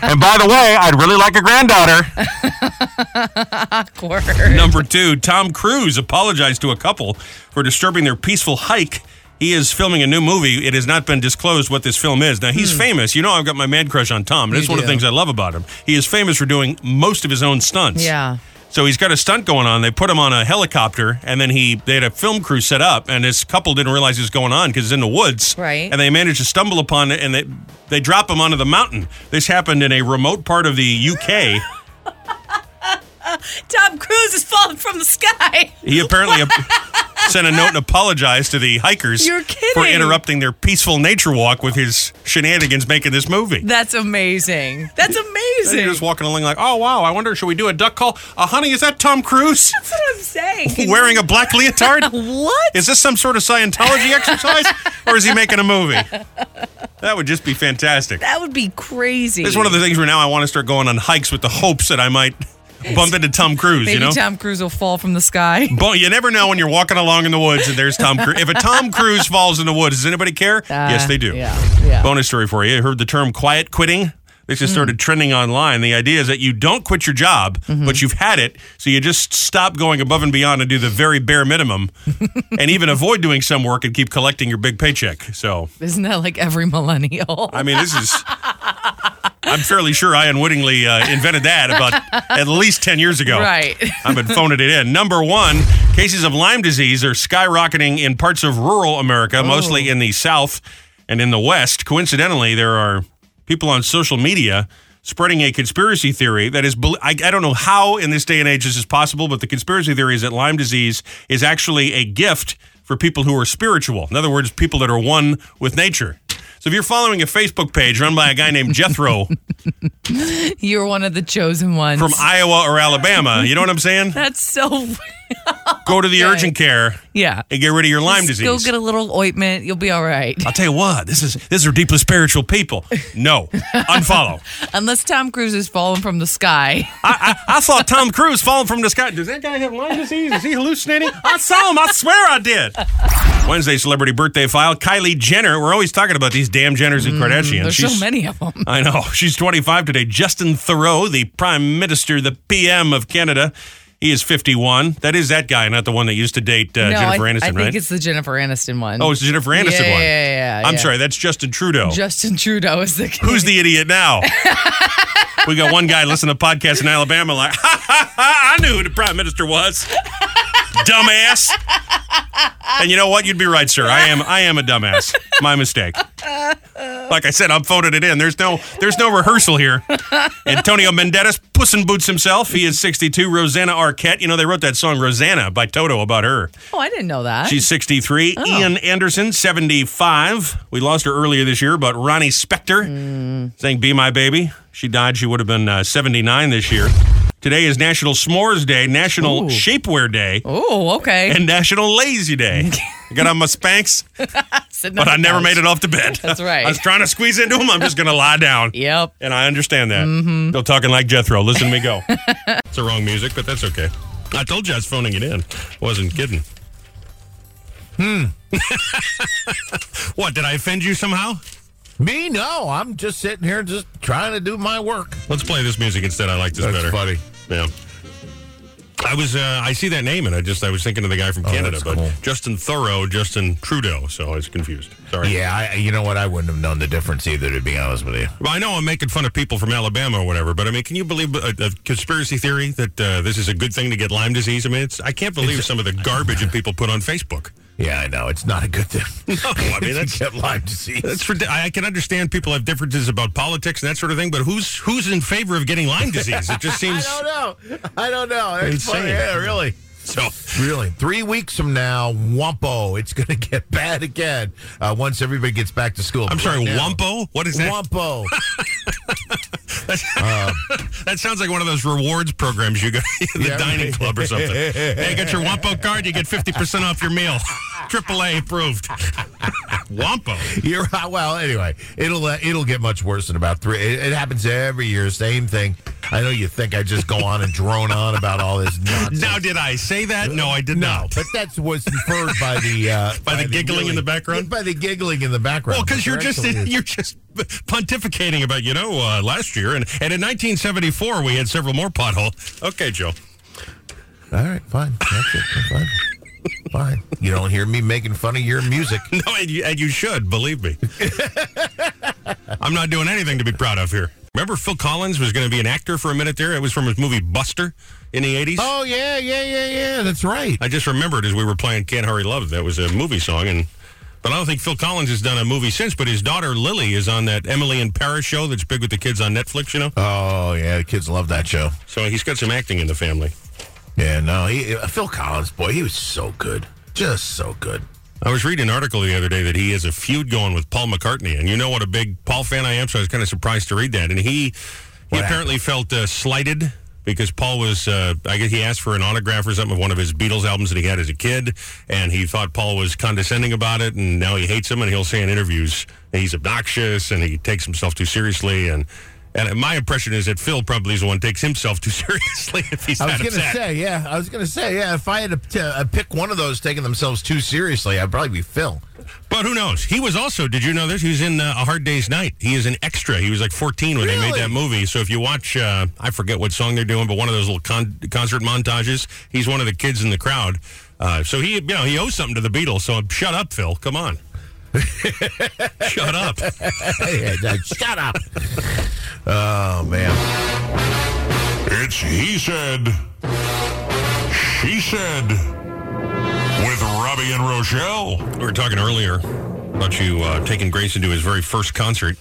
[SPEAKER 10] and by the way, I'd really like a granddaughter.
[SPEAKER 2] Awkward.
[SPEAKER 1] Number two, Tom Cruise apologized to a couple for disturbing their peaceful hike. He is filming a new movie. It has not been disclosed what this film is. Now, he's famous. You know, I've got my man crush on Tom, and it's one of the
[SPEAKER 2] Hmm. do.
[SPEAKER 1] things I love about him. He is famous for doing most of his own stunts.
[SPEAKER 2] Yeah.
[SPEAKER 1] So he's got a stunt going on. They put him on a helicopter, and then he they had a film crew set up, and this couple didn't realize it was going on because it's in the woods.
[SPEAKER 2] Right.
[SPEAKER 1] And they managed to stumble upon it, and they they drop him onto the mountain. This happened in a remote part of the UK.
[SPEAKER 2] Tom Cruise is falling from the sky.
[SPEAKER 1] He apparently ap- sent a note and apologized to the hikers
[SPEAKER 2] You're
[SPEAKER 1] for
[SPEAKER 2] kidding.
[SPEAKER 1] interrupting their peaceful nature walk with his shenanigans making this movie.
[SPEAKER 2] That's amazing. That's
[SPEAKER 1] And you're
[SPEAKER 2] amazing.
[SPEAKER 1] just walking along like, oh wow, I wonder should we do a duck call? Uh, honey, is that Tom Cruise
[SPEAKER 2] That's what I'm saying. Can you-
[SPEAKER 1] wearing a black leotard?
[SPEAKER 2] what?
[SPEAKER 1] Is this some sort of Scientology exercise, or is he making a movie? That would just be fantastic.
[SPEAKER 2] That would be crazy.
[SPEAKER 1] It's one of the things where now I want to start going on hikes with the hopes that I might bump into Tom Cruise.
[SPEAKER 2] Maybe
[SPEAKER 1] you know,
[SPEAKER 2] Tom Cruise will fall from the sky.
[SPEAKER 1] Bo- you never know when you're walking along in the woods and there's Tom Cruise. If a Tom Cruise falls in the woods, does anybody care? yes, they do.
[SPEAKER 2] Uh, yeah, yeah.
[SPEAKER 1] Bonus story for you. You heard the term quiet quitting? This
[SPEAKER 2] Hmm.
[SPEAKER 1] just started trending online. The idea is that you don't quit your job,
[SPEAKER 2] Mm-hmm.
[SPEAKER 1] but you've had it, so you just stop going above and beyond and do the very bare minimum, and even avoid doing some work and keep collecting your big paycheck. So,
[SPEAKER 2] Isn't that like every millennial?
[SPEAKER 1] I mean, this is. I'm fairly sure I unwittingly uh, invented that about at least 10 years ago.
[SPEAKER 2] Right.
[SPEAKER 1] I've been phoning it in. Number one, cases of Lyme disease are skyrocketing in parts of rural America, mostly in the South and in the West. Coincidentally, there are people on social media spreading a conspiracy theory that is, bel- I, I don't know how in this day and age this is possible, but the conspiracy theory is that Lyme disease is actually a gift for people who are spiritual. In other words, people that are one with nature. So if you're following a Facebook page run by a guy named Jethro
[SPEAKER 2] You're one of the chosen ones.
[SPEAKER 1] from Iowa or Alabama, you know what I'm saying?
[SPEAKER 2] That's so.
[SPEAKER 1] Go to the urgent care
[SPEAKER 2] Yeah.
[SPEAKER 1] and get rid of your Lyme
[SPEAKER 2] Just
[SPEAKER 1] disease.
[SPEAKER 2] Go get a little ointment. You'll be all right.
[SPEAKER 1] I'll tell you what, this is these are deeply spiritual people. No, unfollow.
[SPEAKER 2] Unless Tom Cruise is falling from the sky.
[SPEAKER 1] I, I, I saw Tom Cruise falling from the sky. Does that guy have Lyme disease? Is he hallucinating? I saw him. I swear I did. Wednesday celebrity birthday file. Kylie Jenner. We're always talking about these damn Jenners and Kardashians.
[SPEAKER 2] Mm, There's
[SPEAKER 1] She's- uh,
[SPEAKER 2] so many of them.
[SPEAKER 1] I know. She's 25 today. Justin Thoreau, the Prime Minister, the PM of Canada. He is 51. That is that guy, not the one that used to date uh,
[SPEAKER 2] no, I,
[SPEAKER 1] Jennifer
[SPEAKER 2] I
[SPEAKER 1] Aniston,
[SPEAKER 2] think
[SPEAKER 1] right?
[SPEAKER 2] it's the Jennifer Aniston one.
[SPEAKER 1] oh, it's the Jennifer Aniston
[SPEAKER 2] yeah,
[SPEAKER 1] one.
[SPEAKER 2] yeah, yeah,
[SPEAKER 1] I'm
[SPEAKER 2] yeah.
[SPEAKER 1] sorry. Oh. That's Justin Trudeau.
[SPEAKER 2] Justin Trudeau is the
[SPEAKER 1] Who's the idiot now? we got one guy listening to podcasts in Alabama like, ha, ha, ha, I knew who the prime minister was. dumbass. And you know what? You'd be right, sir. I am I am a dumbass. My mistake. Like I said, I'm phoning it in. There's no there's no rehearsal here. Antonio Menderes, Puss in Boots himself. He is 62. Rosanna Arquette. You know, they wrote that song Rosanna by Toto about her.
[SPEAKER 2] Oh, I didn't know that.
[SPEAKER 1] She's 63.
[SPEAKER 2] Oh.
[SPEAKER 1] Ian Anderson, 75. We lost her earlier this year, but Ronnie Spector
[SPEAKER 2] Hmm.
[SPEAKER 1] sang Be My Baby. She died. She would have been uh, 79 this year. Today is National S'mores Day, National Shapewear Day,
[SPEAKER 2] oh, okay.
[SPEAKER 1] and National Lazy Day. I got on my Spanx,
[SPEAKER 2] Sitting
[SPEAKER 1] but
[SPEAKER 2] on the
[SPEAKER 1] I never
[SPEAKER 2] couch.
[SPEAKER 1] made it off the bed.
[SPEAKER 2] That's right.
[SPEAKER 1] I was trying to squeeze into them. I'm just going to lie down.
[SPEAKER 2] Yep.
[SPEAKER 1] And I understand that. Mm-hmm. Still talking like Jethro. Listen to me go. it's the wrong music, but that's okay. I told you I was phoning it in. Wasn't kidding. Hmm.
[SPEAKER 11] Hmm.
[SPEAKER 1] what, did I offend you somehow?
[SPEAKER 11] Me? No, I'm just sitting here just trying to do my work.
[SPEAKER 1] Let's play this music instead. I like this
[SPEAKER 11] That's
[SPEAKER 1] better.
[SPEAKER 11] funny.
[SPEAKER 1] Yeah. I was uh, I see that name and I just I was thinking of the guy from Canada,
[SPEAKER 11] Oh, that's
[SPEAKER 1] but
[SPEAKER 11] cool.
[SPEAKER 1] Justin Thoreau, Justin Trudeau, so I was confused. Sorry.
[SPEAKER 11] Yeah, I, you know what? I wouldn't have known the difference either, to be honest with you.
[SPEAKER 1] Well, I know I'm making fun of people from Alabama or whatever, but I mean, can you believe a, a conspiracy theory that uh, this is a good thing to get Lyme disease? I mean, it's, I can't believe some of the garbage that people put on Facebook.
[SPEAKER 11] Yeah, I know. It's not a good thing.
[SPEAKER 1] No, I mean that's
[SPEAKER 11] Get Lyme disease.
[SPEAKER 1] that's for, I I can understand people have differences about politics and that sort of thing, but who's who's in favor of getting Lyme disease? It just seems
[SPEAKER 11] I don't know. I don't know. It's
[SPEAKER 1] Insane.
[SPEAKER 11] funny. Yeah, really.
[SPEAKER 1] so.
[SPEAKER 11] Really, three weeks from now, Wumpo, it's going to get bad again uh, once everybody gets back to school.
[SPEAKER 1] I'm
[SPEAKER 11] But
[SPEAKER 1] sorry,
[SPEAKER 11] right now-
[SPEAKER 1] Wumpo. What is that?
[SPEAKER 11] Wumpo.
[SPEAKER 1] That sounds like one of those rewards programs you got in the
[SPEAKER 11] Yeah,
[SPEAKER 1] dining
[SPEAKER 11] right.
[SPEAKER 1] club or something. hey, get your Wumpo card, you get 50% off your meal. AAA approved. Wumpo.
[SPEAKER 11] You're right. Well, anyway, it'll uh, it'll get much worse in about three. It, it happens every year. Same thing. I know you think I just go on and drone on about all this nonsense.
[SPEAKER 1] Now, did I say that? No, I did
[SPEAKER 11] No,
[SPEAKER 1] not.
[SPEAKER 11] but that's what's inferred by the uh,
[SPEAKER 1] By the giggling in the background?
[SPEAKER 11] By the giggling in the background.
[SPEAKER 1] Well, because you're just
[SPEAKER 11] Actually,
[SPEAKER 1] you're just pontificating about you know uh, last year and and in 1974 we had several more pothole. Okay, Joe.
[SPEAKER 11] all right, fine. That's it. Fine. Fine. You don't hear me making fun of your music.
[SPEAKER 1] No, and you, and you should believe me. I'm not doing anything to be proud of here. Remember, Phil Collins was going to be an actor for a minute there. It was from his movie Buster in the 80s.
[SPEAKER 11] Oh yeah, yeah, yeah, yeah. That's right.
[SPEAKER 1] I just remembered as we were playing "Can't Hurry Love" that was a movie song, and but I don't think Phil Collins has done a movie since. But his daughter Lily is on that Emily in Paris show that's big with the kids on Netflix, you know.
[SPEAKER 11] Oh yeah, the kids love that show.
[SPEAKER 1] So he's got some acting in the family.
[SPEAKER 11] Yeah, no, he, Phil Collins, boy, he was so good, just so good.
[SPEAKER 1] I was reading an article the other day that he has a feud going with Paul McCartney, and you know what a big Paul fan I am, so I was kind of surprised to read that. And he he
[SPEAKER 11] What
[SPEAKER 1] apparently felt uh, slighted because Paul was uh, I guess he asked for an autograph or something of one of his Beatles albums that he had as a kid, and he thought Paul was condescending about it, and now he hates him, and he'll say in interviews that he's obnoxious and he takes himself too seriously and. And my impression is that Phil probably is the one who takes himself too seriously if he's
[SPEAKER 11] I
[SPEAKER 1] not
[SPEAKER 11] was gonna
[SPEAKER 1] upset.
[SPEAKER 11] say, yeah, I was gonna say, yeah. If I had to t- uh, pick one of those taking themselves too seriously, I'd probably be Phil.
[SPEAKER 1] But who knows? He was also. Did you know this? He was in uh, A Hard Day's Night. He is an extra. He was like 14 when they made
[SPEAKER 11] Really?
[SPEAKER 1] that movie. So if you watch, uh, I forget what song they're doing, but one of those little con- concert montages, he's one of the kids in the crowd. Uh, so he, you know, he owes something to the Beatles. So uh, shut up, Phil. Come on. shut up.
[SPEAKER 11] Hey, uh, Shut up. Oh man,
[SPEAKER 12] It's He Said, She Said, with Robbie and Rochelle.
[SPEAKER 1] We were talking earlier about you uh, taking Grayson to his very first concert.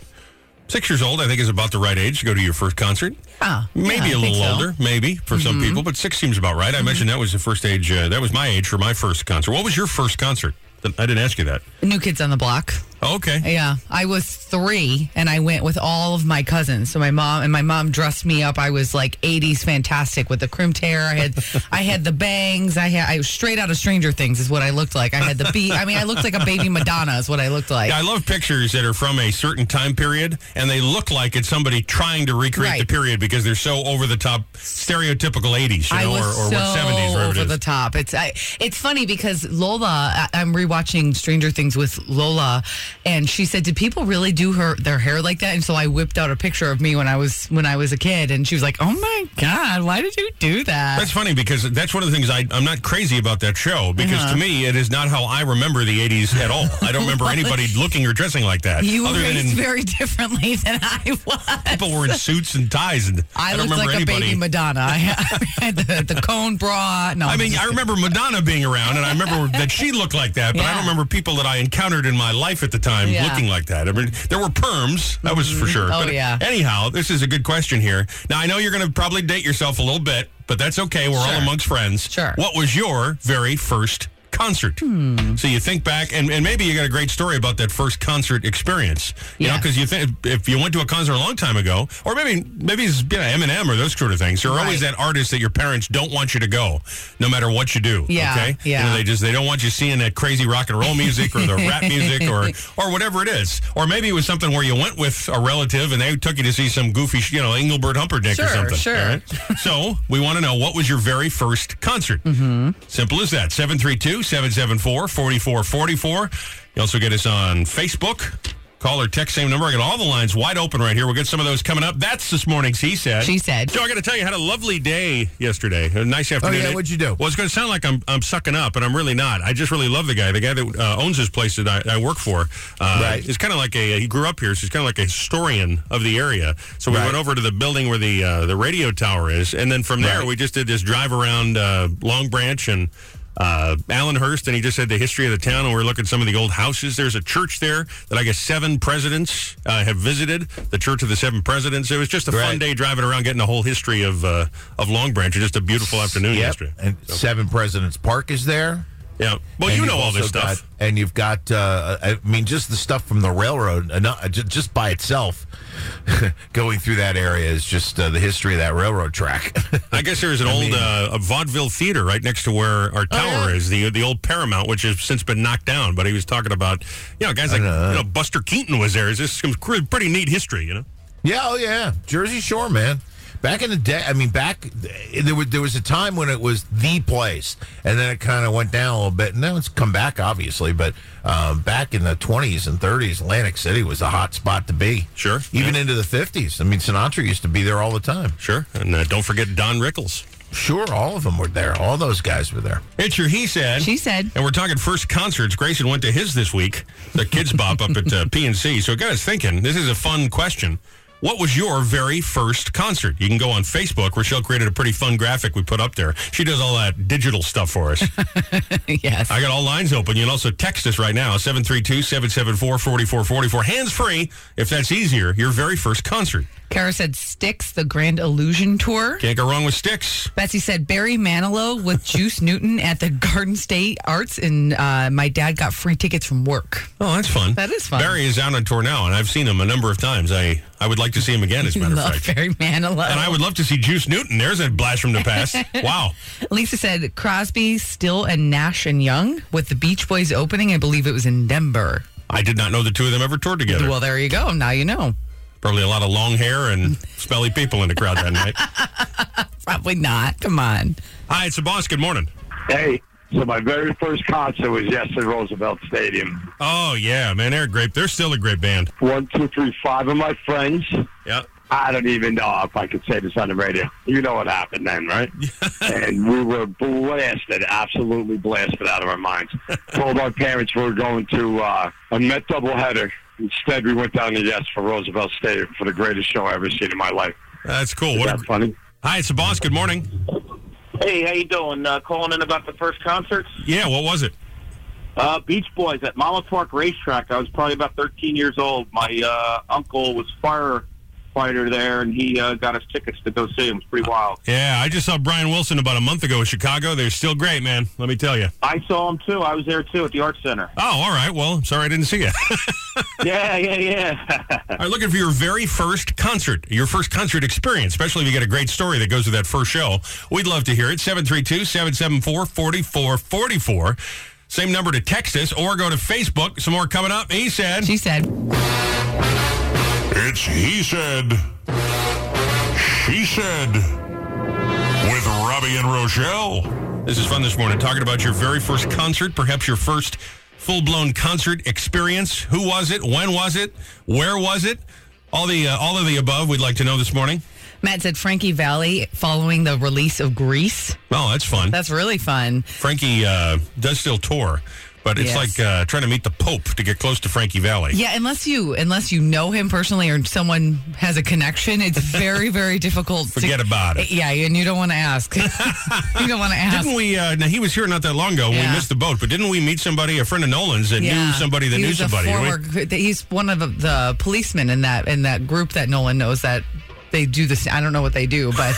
[SPEAKER 1] Six years old, I think, is about the right age to go to your first concert.
[SPEAKER 2] Ah,
[SPEAKER 1] Maybe
[SPEAKER 2] yeah, I
[SPEAKER 1] a
[SPEAKER 2] think
[SPEAKER 1] little
[SPEAKER 2] so. Mm-hmm.
[SPEAKER 1] older, maybe for some people, but six seems about right. I mentioned that was the first age. Uh, that was my age for my first concert. What was your first concert? Th- I didn't ask you that.
[SPEAKER 2] New Kids on the Block.
[SPEAKER 1] Okay.
[SPEAKER 2] Yeah, I was three, and I went with all of my cousins. So my mom and my mom dressed me up. I was like '80s fantastic with the crimped hair. I had, I had the bangs. I had, I was straight out of Stranger Things is what I looked like. I had the beat. I mean, I looked like a baby Madonna is what I looked like.
[SPEAKER 1] Yeah, I love pictures that are from a certain time period, and they look like it's somebody trying to recreate
[SPEAKER 2] Right.
[SPEAKER 1] the period because they're so over the top, stereotypical '80s, you
[SPEAKER 2] I
[SPEAKER 1] know,
[SPEAKER 2] was
[SPEAKER 1] or, or
[SPEAKER 2] so
[SPEAKER 1] what '70s, whatever
[SPEAKER 2] over
[SPEAKER 1] it is.
[SPEAKER 2] the top. It's I, it's funny because Lola, I, I'm rewatching Stranger Things with Lola, and she said, "Did people really do her their hair like that?" And so I whipped out a picture of me when I was when I was a kid, and she was like, "Oh my god, why did you do that?"
[SPEAKER 1] That's funny because that's one of the things I, I'm not crazy about that show because
[SPEAKER 2] Uh-huh.
[SPEAKER 1] to me it is not how I remember the 80s at all. I don't remember anybody looking or dressing like that.
[SPEAKER 2] You were
[SPEAKER 1] other than
[SPEAKER 2] raised
[SPEAKER 1] in-
[SPEAKER 2] very differently than I was.
[SPEAKER 1] people were in suits and ties, and I,
[SPEAKER 2] I,
[SPEAKER 1] don't
[SPEAKER 2] looked
[SPEAKER 1] remember
[SPEAKER 2] like
[SPEAKER 1] anybody.
[SPEAKER 2] a baby Madonna. I had the, the cone bra. No,
[SPEAKER 1] I
[SPEAKER 2] I'm
[SPEAKER 1] mean,
[SPEAKER 2] just
[SPEAKER 1] I remember Madonna being around, and I remember that she looked like that, but I don't
[SPEAKER 2] Yeah.
[SPEAKER 1] remember people that I encountered in my life at the time
[SPEAKER 2] Yeah.
[SPEAKER 1] looking like that. I mean, there were perms, that was for sure.
[SPEAKER 2] Oh,
[SPEAKER 1] but
[SPEAKER 2] yeah.
[SPEAKER 1] Anyhow, this is a good question here. Now, I know you're going to probably date yourself a little bit, but that's okay. We're all
[SPEAKER 2] Sure.
[SPEAKER 1] amongst friends.
[SPEAKER 2] Sure.
[SPEAKER 1] What was your very first concert?
[SPEAKER 2] Mm-hmm.
[SPEAKER 1] So you think back, and, and maybe you got a great story about that first concert experience. You know,
[SPEAKER 2] Yeah.
[SPEAKER 1] because you think if you went to a concert a long time ago, or maybe maybe it's you know, Eminem or those sort of things. There are always that artist that your parents don't want you to go, no matter what you do.
[SPEAKER 2] Yeah,
[SPEAKER 1] Okay. You know,
[SPEAKER 2] yeah.
[SPEAKER 1] they just they don't want you seeing that crazy rock and roll music or the rap music or or whatever it is. Or maybe it was something where you went with a relative and they took you to see some goofy, sh- you know, Engelbert Humperdinck or
[SPEAKER 2] Sure,
[SPEAKER 1] something.
[SPEAKER 2] sure.
[SPEAKER 1] all right? so we want to know what was your very first concert? Mm-hmm. Simple as that. 732 774 4444. You also get us on Facebook. Call or text same number. I got all the lines wide open right here. We'll get some of those coming up. That's this morning's He Said.
[SPEAKER 2] She Said.
[SPEAKER 1] Joe, I got to tell you, I had a lovely day yesterday. A nice afternoon.
[SPEAKER 11] Oh, yeah, what'd you do?
[SPEAKER 1] Well, it's going to sound like I'm, I'm sucking up, and I'm really not. I just really love the guy. The guy that uh, owns this place that I, I work for uh,
[SPEAKER 11] Right.
[SPEAKER 1] is kind of like a, he grew up here, so he's kind of like a historian of the area. So we
[SPEAKER 11] Right.
[SPEAKER 1] went over to the building where the uh, the radio tower is, and then from there,
[SPEAKER 11] Right.
[SPEAKER 1] we just did this drive around uh, Long Branch and uh, Allenhurst, and he just said the history of the town, and we were looking at some of the old houses. There's a church there that I guess seven presidents uh, have visited, the Church of the Seven Presidents. It was just a fun
[SPEAKER 11] Right.
[SPEAKER 1] day driving around, getting the whole history of uh, of Long Branch. Just a beautiful afternoon
[SPEAKER 11] Yep.
[SPEAKER 1] yesterday.
[SPEAKER 11] And Seven Presidents Park is there.
[SPEAKER 1] Yeah. Well,
[SPEAKER 11] And
[SPEAKER 1] you
[SPEAKER 11] you've
[SPEAKER 1] know all this
[SPEAKER 11] also
[SPEAKER 1] stuff.
[SPEAKER 11] got- and you've got, uh, I mean, just the stuff from the railroad, uh, not- uh, ju- just by itself, going through that area is just uh, the history of that railroad track.
[SPEAKER 1] I guess there's an old uh, a vaudeville theater right next to where
[SPEAKER 11] Oh,
[SPEAKER 1] our tower is, the the old Paramount, which has since been knocked down. But he was talking about, you know, guys like you know Buster Keaton was there. Is this some cr- pretty neat history, you know?
[SPEAKER 11] Yeah, oh yeah, Jersey Shore, man. Back in the day, I mean, back there was there was a time when it was the place, and then it kind of went down a little bit, and now it's come back, obviously. But um, back in the twenties and thirties, Atlantic City was a hot spot to be.
[SPEAKER 1] Sure,
[SPEAKER 11] even into the fifties. I mean, Sinatra used to be there all the time.
[SPEAKER 1] Sure, and uh, don't forget Don Rickles.
[SPEAKER 11] Sure, all of them were there. All those guys were there.
[SPEAKER 1] It's your he said.
[SPEAKER 2] She said.
[SPEAKER 1] And we're talking first concerts. Grayson went to his this week, the Kids Bop up at uh, PNC. So it got us thinking. This is a fun question. What was your very first concert? You can go on Facebook. Rochelle created a pretty fun graphic we put up there. She does all that digital stuff for us.
[SPEAKER 2] yes.
[SPEAKER 1] I got all lines open. You can also text us right now, 732-774-4444. Hands free, if that's easier, your very first concert.
[SPEAKER 2] Kara said, "Sticks, the Grand Illusion tour."
[SPEAKER 1] Can't go wrong with Sticks.
[SPEAKER 2] Betsy said Barry Manilow with Juice Newton at the Garden State Arts, and uh, my dad got free tickets from work.
[SPEAKER 1] Oh, that's fun.
[SPEAKER 2] That is fun.
[SPEAKER 1] Barry is out on tour now, and I've seen him a number of times. I, I would like to see him again, as a
[SPEAKER 2] You
[SPEAKER 1] matter of
[SPEAKER 2] love
[SPEAKER 1] fact.
[SPEAKER 2] Barry Manilow.
[SPEAKER 1] And I would love to see Juice Newton. There's a blast from the past. wow.
[SPEAKER 2] Lisa said Crosby, Still, and Nash and Young with the Beach Boys opening. I believe it was in Denver.
[SPEAKER 1] I did not know the two of them ever toured together.
[SPEAKER 2] Well, there you go. Now you know.
[SPEAKER 1] Probably a lot of long hair and smelly people in the crowd that night.
[SPEAKER 2] Probably not. Come on.
[SPEAKER 1] Hi, it's the boss. Good morning.
[SPEAKER 13] Hey, so my very first concert was yes at Roosevelt Stadium.
[SPEAKER 1] Oh, yeah, man. They're great. They're still a great band.
[SPEAKER 13] One, two, three, five of my friends.
[SPEAKER 1] Yep.
[SPEAKER 13] I don't even know if I could say this on the radio. You know what happened then, right? and we were blasted, absolutely blasted out of our minds. Told our parents we were going to uh, a Met doubleheader. Instead, we went down to Yes for Roosevelt Stadium for the greatest show I've ever seen in my life.
[SPEAKER 1] That's cool.
[SPEAKER 13] Is
[SPEAKER 1] What a-
[SPEAKER 13] that funny?
[SPEAKER 1] Hi, it's the boss. Good morning.
[SPEAKER 14] Hey, how you doing? Uh, calling in about the first concerts.
[SPEAKER 1] Yeah, what was it?
[SPEAKER 14] Uh, Beach Boys at Mama Park Racetrack. I was probably about 13 years old. My uh, uncle was firefighter there, and he uh, got us tickets to go see him. It's pretty wild.
[SPEAKER 1] Yeah, I just saw Brian Wilson about a month ago in Chicago. They're still great, man. Let me tell you.
[SPEAKER 14] I saw him too. I was there too at the Arts Center.
[SPEAKER 1] Oh, all right. Well, I'm sorry I didn't see you.
[SPEAKER 13] yeah, yeah, yeah.
[SPEAKER 1] I'm looking for your very first concert, your first concert experience, especially if you get a great story that goes with that first show. We'd love to hear it. 732 774 4444. Same number to text us or go to Facebook. Some more coming up. He said.
[SPEAKER 2] She said.
[SPEAKER 12] It's He Said, She Said with Robbie and Rochelle.
[SPEAKER 1] This is fun this morning, talking about your very first concert, perhaps your first full blown concert experience. Who was it? When was it? Where was it? All the uh, all of the above. We'd like to know this morning.
[SPEAKER 2] Matt said Frankie Valley following the release of Grease.
[SPEAKER 1] Oh, that's fun.
[SPEAKER 2] That's really fun.
[SPEAKER 1] Frankie uh, does still tour, but it's
[SPEAKER 2] Yes.
[SPEAKER 1] like uh, trying to meet the Pope to get close to Frankie Valley.
[SPEAKER 2] Yeah, unless you unless you know him personally or someone has a connection, it's very very difficult.
[SPEAKER 1] Forget
[SPEAKER 2] to,
[SPEAKER 1] about it.
[SPEAKER 2] Yeah, and you don't want to ask. you don't want to ask.
[SPEAKER 1] Didn't we? Uh, now he was here not that long ago. when
[SPEAKER 2] Yeah.
[SPEAKER 1] We missed the boat, but didn't we meet somebody, a friend of Nolan's, that knew somebody that
[SPEAKER 2] He
[SPEAKER 1] knew
[SPEAKER 2] was a
[SPEAKER 1] somebody? Didn't we?
[SPEAKER 2] former- he's one of the, the policemen in that in that group that Nolan knows that they do this. I don't know what they do, but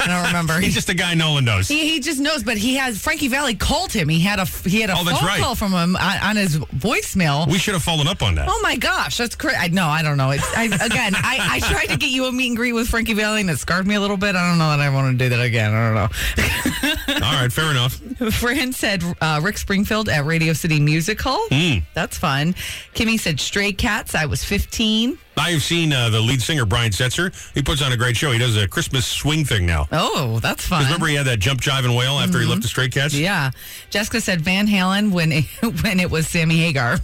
[SPEAKER 2] I don't remember.
[SPEAKER 1] He's just a guy Nolan knows.
[SPEAKER 2] He, he just knows, but he has Frankie Valley called him. He had a he had a
[SPEAKER 1] Oh,
[SPEAKER 2] phone
[SPEAKER 1] that's right.
[SPEAKER 2] call from him on, on his voicemail.
[SPEAKER 1] we should have followed up on that.
[SPEAKER 2] Oh my gosh, that's crazy! No, I don't know. It's I, again, I, I tried to get you a meet and greet with Frankie Valley, and it scarred me a little bit. I don't know that I want to do that again. I don't know.
[SPEAKER 1] All right, fair enough.
[SPEAKER 2] Fran said uh, Rick Springfield at Radio City Music Hall.
[SPEAKER 1] Hmm.
[SPEAKER 2] That's fun. Kimmy said Stray Cats. I was 15.
[SPEAKER 1] I have seen uh, the lead singer Brian Setzer. He puts on a great show. He does a Christmas swing thing now.
[SPEAKER 2] Oh, that's fun.
[SPEAKER 1] 'Cause Remember, he had that jump, jive, and wail after he left the Stray Cats.
[SPEAKER 2] Mm-hmm. Yeah. Jessica said Van Halen when it, when it was Sammy Hagar.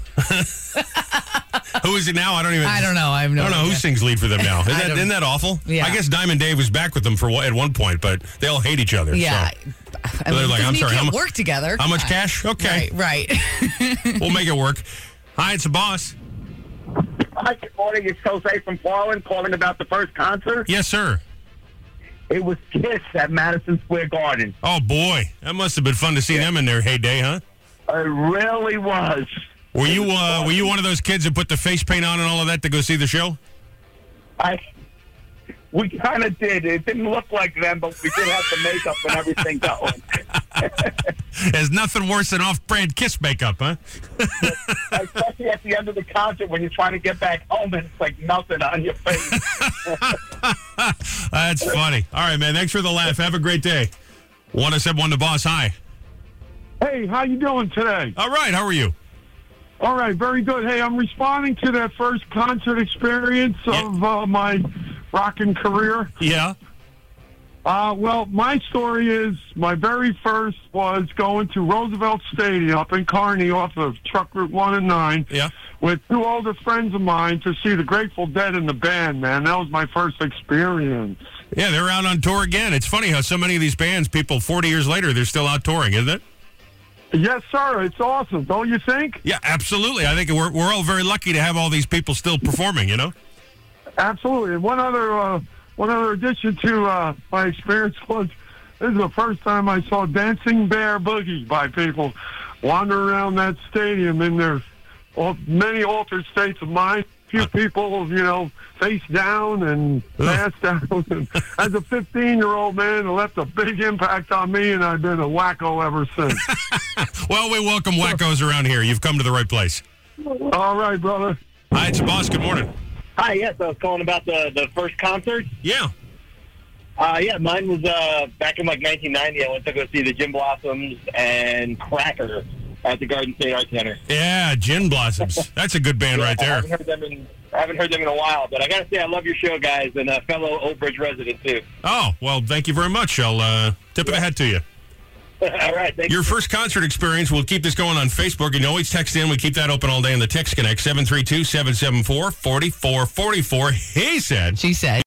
[SPEAKER 1] Who is it now? I don't even.
[SPEAKER 2] I don't know. I have no
[SPEAKER 1] I don't know who
[SPEAKER 2] idea.
[SPEAKER 1] sings lead for them now. Isn't
[SPEAKER 2] I
[SPEAKER 1] that,
[SPEAKER 2] don't-
[SPEAKER 1] isn't that awful?
[SPEAKER 2] Yeah.
[SPEAKER 1] I guess Diamond Dave was back with them for one- at one point, but they all hate each other.
[SPEAKER 2] Yeah.
[SPEAKER 1] so.
[SPEAKER 2] I
[SPEAKER 1] They're like,
[SPEAKER 2] because
[SPEAKER 1] I'm
[SPEAKER 2] you
[SPEAKER 1] sorry. How,
[SPEAKER 2] can't
[SPEAKER 1] mu-
[SPEAKER 2] work together.
[SPEAKER 1] how much
[SPEAKER 2] Yeah.
[SPEAKER 1] cash? Okay,
[SPEAKER 2] Right. Right.
[SPEAKER 1] we'll make it work. Hi, it's the boss.
[SPEAKER 15] Hi, good morning. It's Jose from Florida calling about the first concert.
[SPEAKER 1] Yes, sir.
[SPEAKER 15] It was Kiss at Madison Square Garden.
[SPEAKER 1] Oh boy, that must have been fun to see them in their heyday, huh?
[SPEAKER 15] It really was.
[SPEAKER 1] Were you uh, were you one of those kids that put the face paint on and all of that to go see the show?
[SPEAKER 15] I we kind of did. It didn't look like them, but we did have the makeup and everything going.
[SPEAKER 1] There's nothing worse than off-brand Kiss makeup, huh?
[SPEAKER 15] Especially at the end of the concert when you're trying to get back home and it's like nothing on your face.
[SPEAKER 1] That's funny. All right, man. Thanks for the laugh. Have a great day. One to one to boss. Hi.
[SPEAKER 16] Hey, how you doing today?
[SPEAKER 1] All right. How are you?
[SPEAKER 16] All right, very good. Hey, I'm responding to that first concert experience of uh, my rocking career.
[SPEAKER 1] Yeah.
[SPEAKER 16] Uh, well, my story is my very first was going to Roosevelt Stadium up in Kearney off of Truck Route 1 and 9
[SPEAKER 1] yeah.
[SPEAKER 16] with two older friends of mine to see the Grateful Dead in the band, man. That was my first experience.
[SPEAKER 1] Yeah, they're out on tour again. It's funny how so many of these bands, people 40 years later, they're still out touring, isn't it?
[SPEAKER 16] Yes, sir. It's awesome, don't you think?
[SPEAKER 1] Yeah, absolutely. I think we're, we're all very lucky to have all these people still performing, you know?
[SPEAKER 16] Absolutely. And one other uh, one other addition to uh, my experience was this is the first time I saw Dancing Bear Boogie by people wander around that stadium in their al- many altered states of mind. Few people, you know, face down and ass down. And as a 15 year old man, it left a big impact on me, and I've been a wacko ever since.
[SPEAKER 1] Well, we welcome wackos around here. You've come to the right place.
[SPEAKER 16] All right, brother.
[SPEAKER 1] Hi, it's the boss. Good morning.
[SPEAKER 17] Hi, yes, I was calling about the, the first concert.
[SPEAKER 1] Yeah.
[SPEAKER 17] Uh, yeah, mine was uh, back in like 1990. I went to go see the Jim Blossoms and Cracker at the Garden State Art Center.
[SPEAKER 1] Yeah, Gin Blossoms. That's a good band right
[SPEAKER 17] I
[SPEAKER 1] there.
[SPEAKER 17] haven't heard them in I haven't heard them in a while, but I gotta say I love your show, guys, and a fellow Old Bridge resident too.
[SPEAKER 1] Oh, well, thank you very much. I'll uh, tip of the hat to you.
[SPEAKER 17] All right, thank
[SPEAKER 1] Your first concert experience, we'll keep this going on Facebook. You can always text in. We keep that open all day on the Text Connect, 732 774 4444. He said.
[SPEAKER 2] She said.